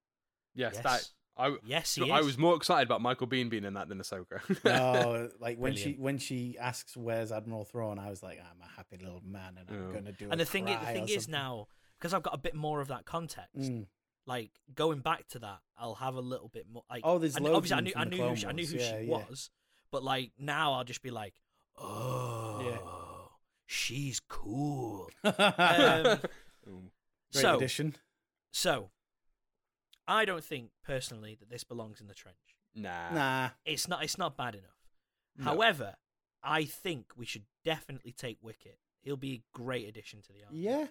C: yes,
A: Yes.
C: that I.
A: Yes, he
C: I
A: is.
C: was more excited about Michael Bean being in that than Ahsoka.
B: No, like when she
A: Brilliant.
B: when she asks where's Admiral Thrawn, I was like, I'm a happy little man, and I'm
C: Yeah.
B: gonna do.
A: and
B: a
A: the thing, i- the
B: cry or
A: thing is
B: something.
A: now because I've got a bit more of that context.
B: Mm.
A: Like going back to that, I'll have a little bit more. Like,
B: Oh, there's
A: I, kn-
B: loads
A: obviously I
B: of
A: knew,
B: them
A: I
B: from the
A: knew, who
B: Clone
A: she, I knew who
B: Wars.
A: she
B: Yeah, yeah.
A: was, but like now I'll just be like, oh, she's cool. Um,
C: Ooh.
B: Great
A: so,
B: addition.
A: so I don't think personally that this belongs in the trench.
C: nah,
B: Nah,
A: It's not. It's not bad enough.
C: No.
A: However, I think we should definitely take Wicket. He'll be a great addition to the army.
B: yeah,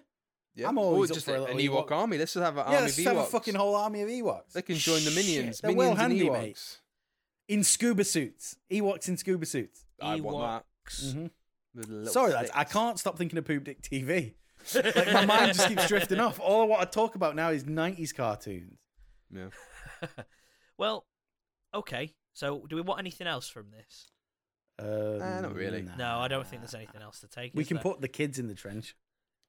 C: Yeah.
B: I'm always
C: Or
B: up
C: just
B: for a
C: an
B: little
C: Ewok,
B: Ewok.
C: army. Let's just have
B: yeah.
C: an army
B: Let's
C: of Ewoks.
B: just have a fucking whole army of Ewoks
C: They can join the
A: Shit,
C: minions.
B: they're well
C: minions and
B: handy,
C: Ewoks.
B: mate. in scuba suits. Ewoks in scuba suits.
C: I
A: Ewoks.
C: want
B: Mhm.
C: that. The Mm-hmm. little
B: Sorry, lads, I
C: sticks.
B: can't stop thinking of Poop Dick TV.
C: Mm-hmm.
B: Like my mind just keeps drifting off. All I want to talk about now is '90s cartoons.
C: Yeah.
A: Well, okay. So, do we want anything else from this?
B: Um,
C: Nah, Uh, not really.
A: No, I don't think there's anything else to take.
B: We
A: is
B: can
A: there?
B: put the kids in the trench.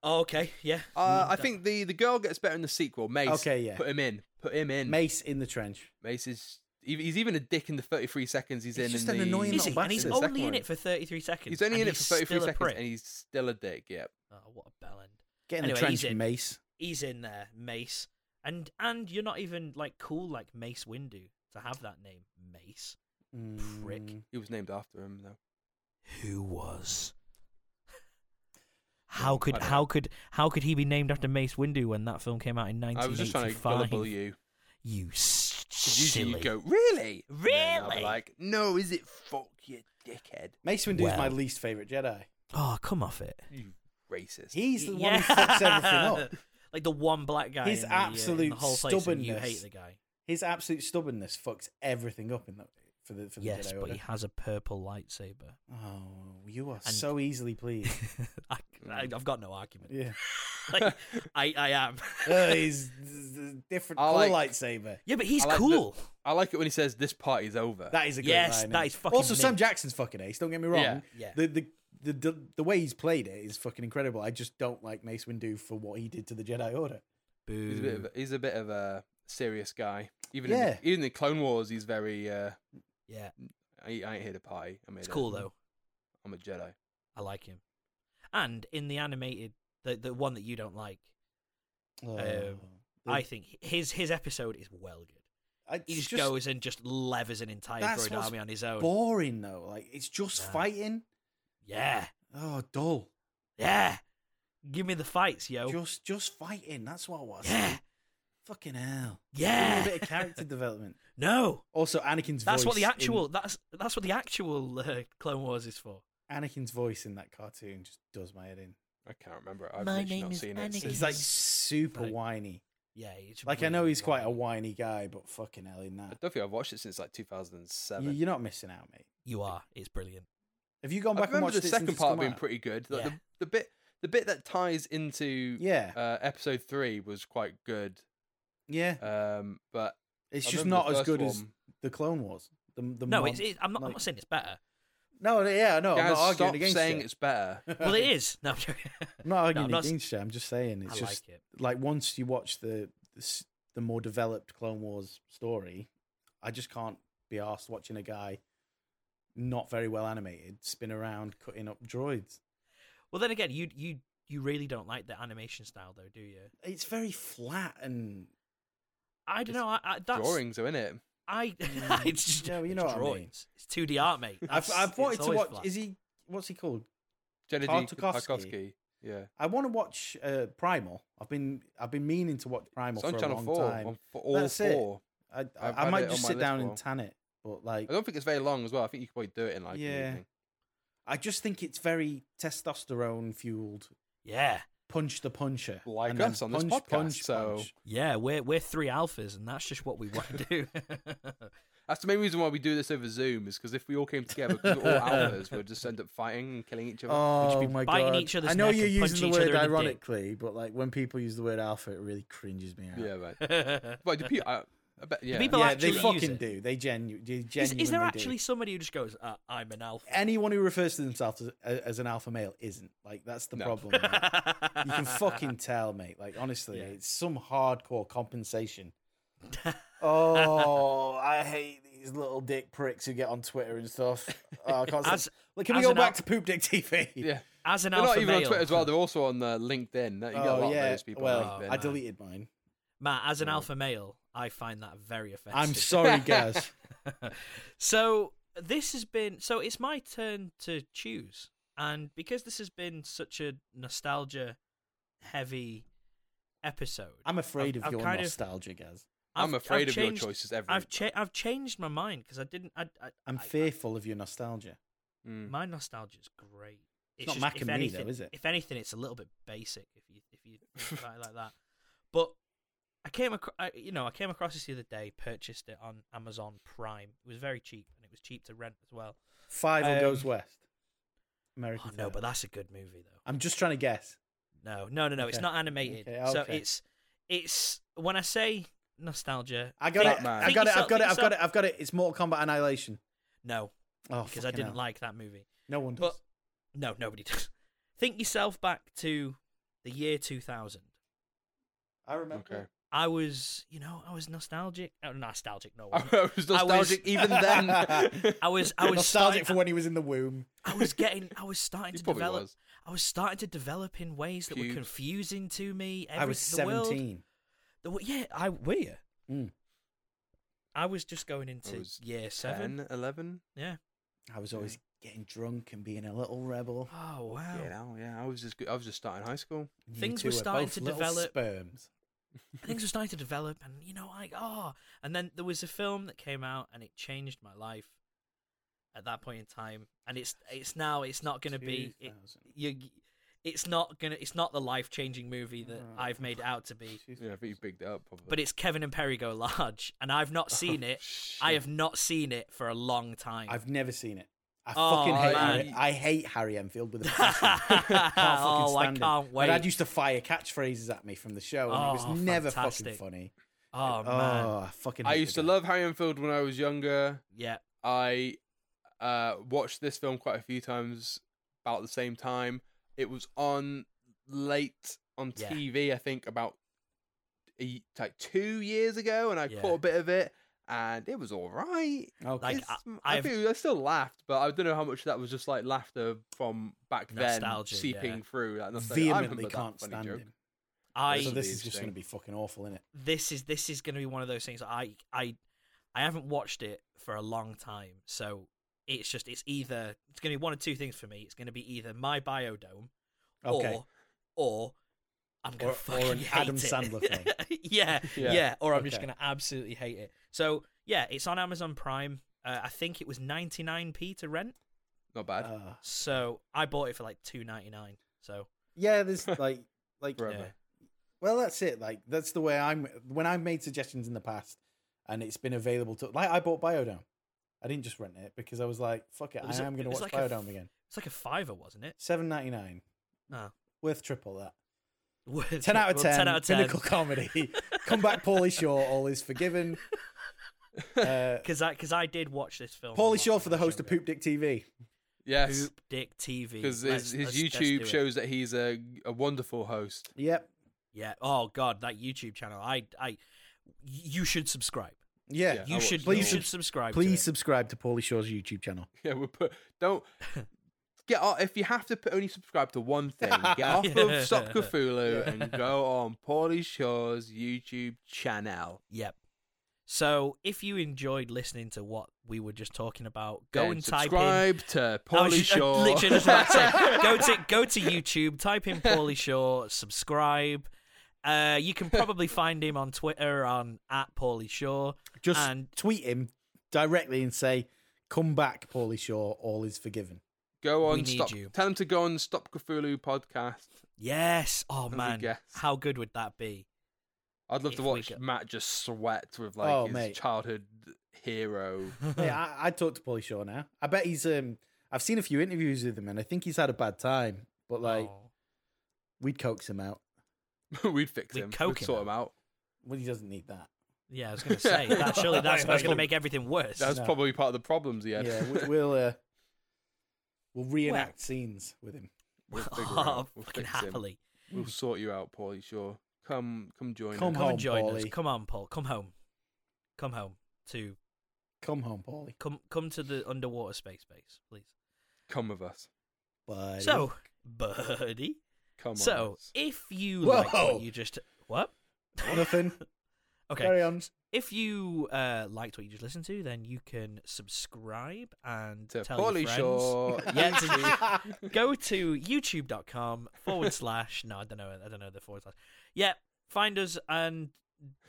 A: Oh, okay. Yeah. Mm,
C: Uh, I
A: That-
C: think the, the girl gets better in the sequel. Mace.
B: Okay, yeah.
C: Put him in. Put him in.
B: Mace in the trench.
C: Mace is. he- He's even a dick in the 33 seconds he's,
B: He's
C: in.
B: just
C: in
B: an
C: the,
B: annoying
A: Is
B: little
A: he? And he's
B: bastard.
C: second
A: only in
C: one.
A: it for 33 seconds.
C: He's only
A: and
C: in it for 33
A: still a
C: seconds
A: prick.
C: and he's still a dick, yeah.
A: Oh, what a bellend.
B: Get in
A: Anyway,
B: the trench,
A: he's in.
B: Mace.
A: He's in there, Mace. And and you're not even like cool like Mace Windu to have that name, Mace. Prick.
B: Mm.
C: He was named after him, though.
A: who was. How
C: I
A: could
C: don't
A: how
C: know.
A: could how could he be named after Mace Windu when that film came out in
C: I was just trying to gullible
A: 1985? You,
C: you.
A: you s-
C: 'Cause usually
A: silly.
C: you go, really? And then I'll be
A: Really?
C: like, no, is it fuck you, dickhead?
B: Mace Windu is my
A: Well.
B: least favorite Jedi.
A: Oh, come off it.
C: You racist.
B: He's the
A: Yeah.
B: one who fucks everything up.
A: Like the one black guy.
B: His
A: in the, uh, in the
B: absolute
A: whole place and you
B: stubbornness.
A: hate the guy.
B: His absolute stubbornness fucks everything up in that for the for the
A: yes,
B: Jedi
A: but
B: Order.
A: he has a purple lightsaber.
B: Oh, you are
A: And-
B: so easily pleased.
A: I, I,
C: Mm.
A: I've got no argument.
B: yeah,
A: Like, I, I am.
B: oh, he's he's a different
C: I
B: color
C: like-
B: lightsaber.
A: Yeah, but he's
C: I like the-
A: cool.
C: I like it when he says this party's over.
B: That is a great
A: Yes,
B: line,
A: that
B: innit?
A: is fucking
B: Also, Sam
A: mint.
B: Jackson's fucking ace. Don't get me wrong.
C: Yeah.
A: Yeah.
B: The, the the the the way he's played it is fucking incredible. I just don't like Mace Windu for what he did to the Jedi Order.
C: he's, a bit of
A: Boo.
C: a, he's a bit of a serious guy. Even in
B: Yeah.
C: the, even in Clone Wars, he's very. Uh,
A: Yeah,
C: I, I ain't here to party. I'm here
A: it's
C: to-
A: cool though.
C: I'm a Jedi.
A: I like him. And in the animated, the the one that you don't like,
B: Oh. The-
A: Um, I think h- his his episode is well good.
B: I-
A: He
B: it's
A: just, goes and just levers an entire
B: That's
A: droid
B: what's
A: army on his own.
B: boring though. Like it's just
A: Yeah.
B: fighting.
A: yeah,
B: Oh, dull.
A: yeah. Give me the fights, yo.
B: Just just fighting. That's what it was.
A: Oh. yeah,
B: Fucking hell. Give me
A: yeah.
B: A bit of character development.
A: no,
B: Also, Anakin's
A: that's
B: voice.
A: what the
B: in-
A: actual that's that's what the actual uh, Clone Wars is for.
B: Anakin's voice in that cartoon just does my head in.
C: I can't remember. it. I've
A: My
C: literally
A: name
C: not
A: is
C: seen
A: Anakin.
C: it.
B: He's
C: Since.
B: like super
A: Like-
B: whiny.
A: Yeah, it's
B: Like I know he's quite a
A: really-
B: whiny guy, but fucking hell in
C: I
B: that.
C: don't think I've watched it since like
B: You-
C: 2007.
B: You're not missing out, mate.
A: You are. It's brilliant.
B: Have you gone
C: I
B: back and
C: remember
B: watched
C: the
B: it
C: second
B: since it's
C: part
B: come
C: being
B: out?
C: pretty good. Like,
A: Yeah.
C: the, the bit the bit that ties into
B: Yeah,
C: uh, episode three was quite good.
B: yeah.
C: Um, but
B: It's
C: I
B: just
C: remember
B: not
C: the
B: as
C: first
B: good as
C: one.
B: the Clone Wars. The, the
A: no,
B: mod-
A: it's, it, I'm not. I'm
B: like-
A: not saying it's better.
B: no, yeah, no. I'm
C: Guys,
B: not arguing
C: stop
B: against
C: saying
B: it.
C: it's better.
A: Well, it is. No, I'm joking.
B: I'm not arguing
A: I'm not s-
B: against it. I'm just saying it's
A: I
B: just
A: like it.
B: like once you watch the, the s- the more developed Clone Wars story, I just can't be asked watching a guy not very well animated spin around cutting up droids.
A: Well, then again, you you you really don't like the animation style, though, do you?
B: It's very flat and
A: I don't
C: It's
A: know. I, I that's
C: Drawings are in it.
A: I
B: Mm.
A: it's just
B: Yeah, well, you
A: it's
B: know what I
A: drawings.
B: mean.
A: It's two D art, mate.
B: I've,
A: That's-
B: I've wanted
A: it's
B: to
A: always
B: watch.
A: flat.
B: Is he? What's he called?
C: Jenny
B: Tartakovsky.
C: Tarkovsky. Yeah.
B: I want to watch uh, Primal. I've been I've been meaning to watch Primal
C: It's on
B: for a
C: Channel
B: long
C: 4.
B: time.
C: On f- all
B: That's it.
C: four.
B: I
C: I've
B: I, I
C: had
B: might
C: it
B: just
C: on my
B: sit
C: list
B: down
C: for a
B: and
C: while.
B: tan it, but like
C: I don't think it's very long as well. I think you could probably do it in like
B: Yeah.
C: an evening.
B: I just think it's very testosterone fueled.
A: Yeah,
B: Punch the puncher,
C: Like
B: and then
C: us on this podcast, so-
A: yeah. We're we're three alphas, and that's just what we want to do.
C: That's the main reason why we do this over Zoom is because if we all came together, 'cause we're all alphas, we'd just end up fighting and killing each other.
B: Oh
A: be
B: my
A: biting
B: god!
A: each other's
B: I know
A: neck
B: you're
A: and punching
B: using
A: each
B: the word
A: other in the dick.
B: ironically, but like when people use the word alpha, it really cringes me out.
C: yeah, right.
A: is,
C: But do people? I, I bet, yeah.
A: people
B: Yeah,
A: actually
B: they
A: use
B: fucking
A: it.
B: do. They genu- they genuinely.
A: is there
B: do.
A: actually somebody who just goes, uh, "I'm an alpha"?
B: anyone who refers to themselves as, as an alpha male isn't like that's the
C: No.
B: problem. mate. you can fucking tell, mate. Like honestly,
A: Yeah.
B: it's some hardcore compensation. oh, I hate these little dick pricks who get on Twitter and stuff. Oh, I can't.
A: As-
B: As, Look, can we
A: as
B: go
A: an
B: back
A: al-
B: to poop dick TV?
C: Yeah.
A: as an
C: They're
A: alpha
C: not even
A: male,
C: on Twitter as well. They're also on uh, LinkedIn. You got a
B: Oh
C: lot
B: yeah.
C: of those people
B: well,
C: on LinkedIn.
B: I deleted mine.
A: Matt. As an
C: No.
A: alpha male, I find that very offensive.
B: I'm sorry, guys.
A: so this has been so it's my turn to choose and because this has been such a nostalgia heavy episode
B: I'm afraid of
A: I've
B: your
A: kind of-
B: nostalgia, guys.
C: I'm
A: I've-
C: afraid
A: I've
C: of your
A: changed-
C: choices every
A: I've, cha-
C: time.
A: I've changed my mind because I didn't I, I,
B: I'm
A: I-
B: fearful of your nostalgia.
A: I-
C: Mm.
A: my nostalgia is great
B: It's not Mac
A: if
B: and me,
A: anything,
B: though, is it?
A: if anything it's a little bit basic if you if you think about it like that but I came across you know I came across this the other day purchased it on Amazon Prime it was very cheap and it was cheap to rent as well
B: Five
A: Um,
B: goes west. American.
A: oh no
B: Pie.
A: but that's a good movie though
B: I'm just trying to guess.
A: No, no, no, no. It's
B: Okay.
A: not animated.
B: Okay,
A: So
B: okay.
A: it's it's when I say nostalgia.
B: I got
A: think-
B: it.
C: Batman.
B: I
A: think
B: got it. I've
A: yourself-
B: got it.
A: think
B: I've got it.
A: yourself-
B: I've got it. It's Mortal Kombat Annihilation.
A: No,
B: Oh,
A: because I
B: fucking
A: didn't
B: hell.
A: like that movie.
B: No one does.
A: But no, nobody does. Think yourself back to the year two thousand.
B: I remember.
C: Okay.
A: I was, you know, I was nostalgic. Oh, nostalgic. No, I wasn't.
C: I was nostalgic even then.
A: I was. I was
B: nostalgic
A: starting-
B: for when he was in the womb.
A: I was getting. I was starting
C: He
A: to
C: probably
A: develop.
C: was.
A: I was starting to develop in ways that were
C: Pubes.
A: confusing to me.
B: I
A: Every-
B: was
A: the world-
B: seventeen.
A: the wo- yeah, I were you.
B: Mm.
A: I was just going into
C: was
A: year seven.
C: 10, 11?
A: Yeah.
B: I was always getting drunk and being a little rebel.
A: Oh wow.
C: Yeah, no, yeah. I was just go- I was just starting high school.
B: You
A: Things
B: two
A: were starting
B: both
A: to
B: little
A: develop.
B: Sperms.
A: things were starting to develop and you know like oh and then there was a film that came out and it changed my life at that point in time and it's it's now it's not going to be it,
B: 2000.
A: you it's not gonna it's not the life changing movie that
B: Right.
A: I've made it out to be.
B: Excuse me.
C: Yeah, I think you bigged it up. Probably.
A: But it's Kevin and Perry go large, and I've
B: Oh,
A: not seen it. I have not seen it for a long time.
B: I've never seen it. I
A: Oh,
B: fucking hate
A: man.
B: Harry. I hate Harry Enfield with a passion.
A: oh, I
B: stand him.
A: can't
B: My
A: wait.
B: dad used to fire catchphrases at me from the show, and it
A: Oh,
B: was never
A: fantastic.
B: fucking funny.
A: oh man,
B: I fucking.
C: I
B: hated
C: used to
B: that.
C: love Harry Enfield when I was younger.
A: yeah.
C: I uh, watched this film quite a few times about the same time. It was on late on
A: Yeah.
C: TV, I think, about e- like two years ago, and I
A: Yeah.
C: caught a bit of it, and it was all right.
B: Okay.
A: Like,
C: It's- I,
A: I've-
C: think I still laughed, but I don't know how much of that was just like laughter from back then
A: Nostalgia,
C: seeping
A: yeah.
C: through. Like, nostalgia. I
B: vehemently
C: remember that
B: can't
C: funny
B: stand
C: joke.
B: him.
A: I
B: so
C: This'll
B: this
C: be
B: is just
C: interesting.
B: going to be fucking awful, isn't it?
A: this is this is going to be one of those things. that I I I haven't watched it for a long time, so it's just it's either it's going to be one of two things for me. It's going to be either my biodome,
B: Okay.
A: or or I'm going
B: Or- or
A: to fucking
B: an
A: hate
B: Adam
A: it.
B: Sandler thing.
A: yeah, yeah,
C: Yeah.
A: or I'm just
B: Okay.
A: going to absolutely hate it. So yeah, it's on Amazon Prime. Uh, I think it was 99p to rent,
C: Not bad.
B: Uh,
A: so I bought it for like 2.99. So
B: yeah, there's like, like,
C: Forever.
A: yeah.
B: well, that's it. Like, that's the way I'm. When I've made suggestions in the past, and it's been available to, like, I bought Biodome. I didn't just rent it because I was like, fuck it,
A: It was
B: I
A: a-
B: am going to
A: it was
B: watch
A: like a
B: Biodome
A: f-
B: again.
A: it's like a fiver, wasn't it?
B: Seven ninety nine,
A: No.
B: worth triple that.
A: Worth it.
B: Ten out of
A: Well,
B: ten.
A: 10 out of 10.
B: Pinnacle comedy. Come back, Paulie Shaw. All is forgiven. Uh,
A: Because I, cause I did watch this film.
B: Paulie
A: when I
B: Shaw
A: was
B: for the host of
A: younger.
B: Poop Dick TV.
C: yes,
A: Poop Dick TV.
C: because
A: Let's-
C: his, his
A: let's- let's do
C: YouTube
A: it.
C: shows that he's a a wonderful host.
B: Yep.
A: Yeah. Oh God, that YouTube channel. I, I, you should subscribe.
B: Yeah.
C: Yeah.
A: You
C: I
A: should.
C: watched
A: you
B: it.
A: should subscribe. to
B: Please
A: it.
B: subscribe to Paulie Shaw's YouTube channel.
C: Yeah, we'll put don't get off if you have to p- only subscribe to one thing. Get off of Stop Cthulhu and go on Paulie Shaw's YouTube channel.
A: Yep. So if you enjoyed listening to what we were just talking about, go
C: Then
A: and type in.
C: subscribe to
A: I was
C: Paulie
A: ju- I
C: Shaw.
A: literally just about to say, go to go to YouTube, type in Paulie Shaw, subscribe. Uh, you can probably find him on Twitter on at Paulie Shaw.
B: Just
A: And-
B: tweet him directly and say, "Come back, Paulie Shaw. All is forgiven."
C: go
A: We
C: on
A: need
C: Stop.
A: you.
C: Tell him to go on Stop Cthulhu podcast.
A: Yes. Oh
C: As a
A: man,
C: guest.
A: how good would that be?
C: I'd love
A: If
C: to
A: we
C: watch
A: go-
C: Matt just sweat with like
B: Oh,
C: his
B: mate.
C: childhood hero.
B: Hey, I, I talked to Paulie Shaw now. I bet he's. Um, I've seen a few interviews with him, and I think he's had a bad time. But like,
A: Oh.
B: we'd coax him out.
C: We'd fix
A: We'd
C: him.
A: coke
C: We'd
A: him
C: sort him out.
B: Well, he doesn't need that.
A: Yeah, I was going to say that. Surely that's, that's going to make everything worse.
C: That's
B: No.
C: probably part of the problems he had.
B: Yeah, we, we'll uh, we'll reenact scenes with him.
C: we'll figure it
A: oh,
C: out. We'll
A: fucking
C: fix him.
A: happily.
C: We'll sort you out, Paulie Shaw. Come, come join
B: Come
A: Come
C: us.
B: home,
A: and join us.
B: Paulie.
A: Come on, Paul. Come home. Come home to
B: Come home, Paulie.
A: come come to the underwater space base, please.
C: Come with us.
B: Bye.
A: So, buddy.
C: Come on.
A: So,
C: us.
A: if you
B: Whoa.
A: like what you just what?
B: nothing.
A: Okay.
B: Carry on.
A: If you uh, liked what you just listened to, then you can subscribe and
C: to
A: tell your
C: Paulie
A: friends.
C: Shaw.
A: Yeah, to- go to youtube.com forward slash no i don't know i don't know the forward slash yeah find us and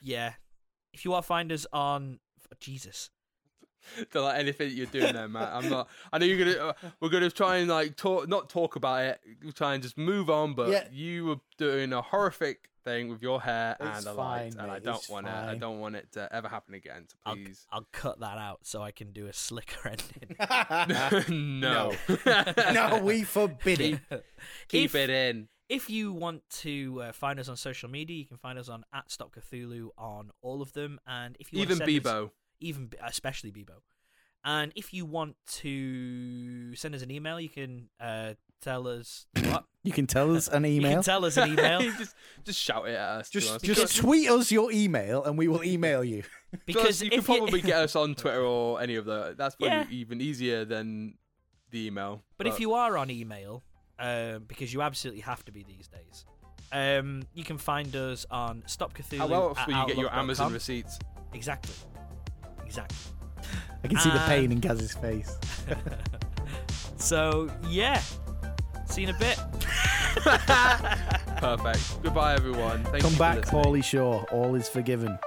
A: yeah if you want to find us on jesus
C: don't like anything you're doing there, Matt. I'm not. I know you're gonna. Uh, we're gonna try and like talk, not talk about it. We'll try and just move on. But
B: Yeah.
C: you were doing a horrific thing with your hair
B: It's
C: and a light,
B: fine,
C: and I
B: mate,
C: don't
B: it's
C: want it. I
B: fine.
C: don't want it to ever happen again. So
A: I'll,
C: please,
A: I'll cut that out so i can do a slicker ending
C: no,
B: no, we forbid it.
C: keep
A: If-
C: it in.
A: if you want to uh, find us on social media you can find us on at stop cthulhu on all of them and if you wanna
C: Even
A: send us-
C: Bebo.
A: even especially Bebo. And if you want to send us an email, you can uh, tell us what
B: You can tell us an
A: You
B: email.
A: can tell us an email
C: just, just shout it at us. to be
B: just
C: honest.
B: just tweet us your email and we will email you.
A: because
C: you
A: if
C: can probably
A: you,
C: get us on Twitter or any of the. That's probably
A: Yeah.
C: even easier than the email.
A: But if you are on email, um, because you absolutely have to be these days, um, you can find us on Stop Cthulhu.
C: how else
A: at
C: will you get your
A: outlook.com.
C: Amazon receipts?
A: Exactly, exactly.
B: I can see
A: Ah.
B: the pain in Gaz's face.
A: So yeah, see you in a bit.
C: Perfect. Goodbye, everyone. Thank you
B: Come
C: for
B: back,
C: listening.
B: Paulie Shaw. All is forgiven.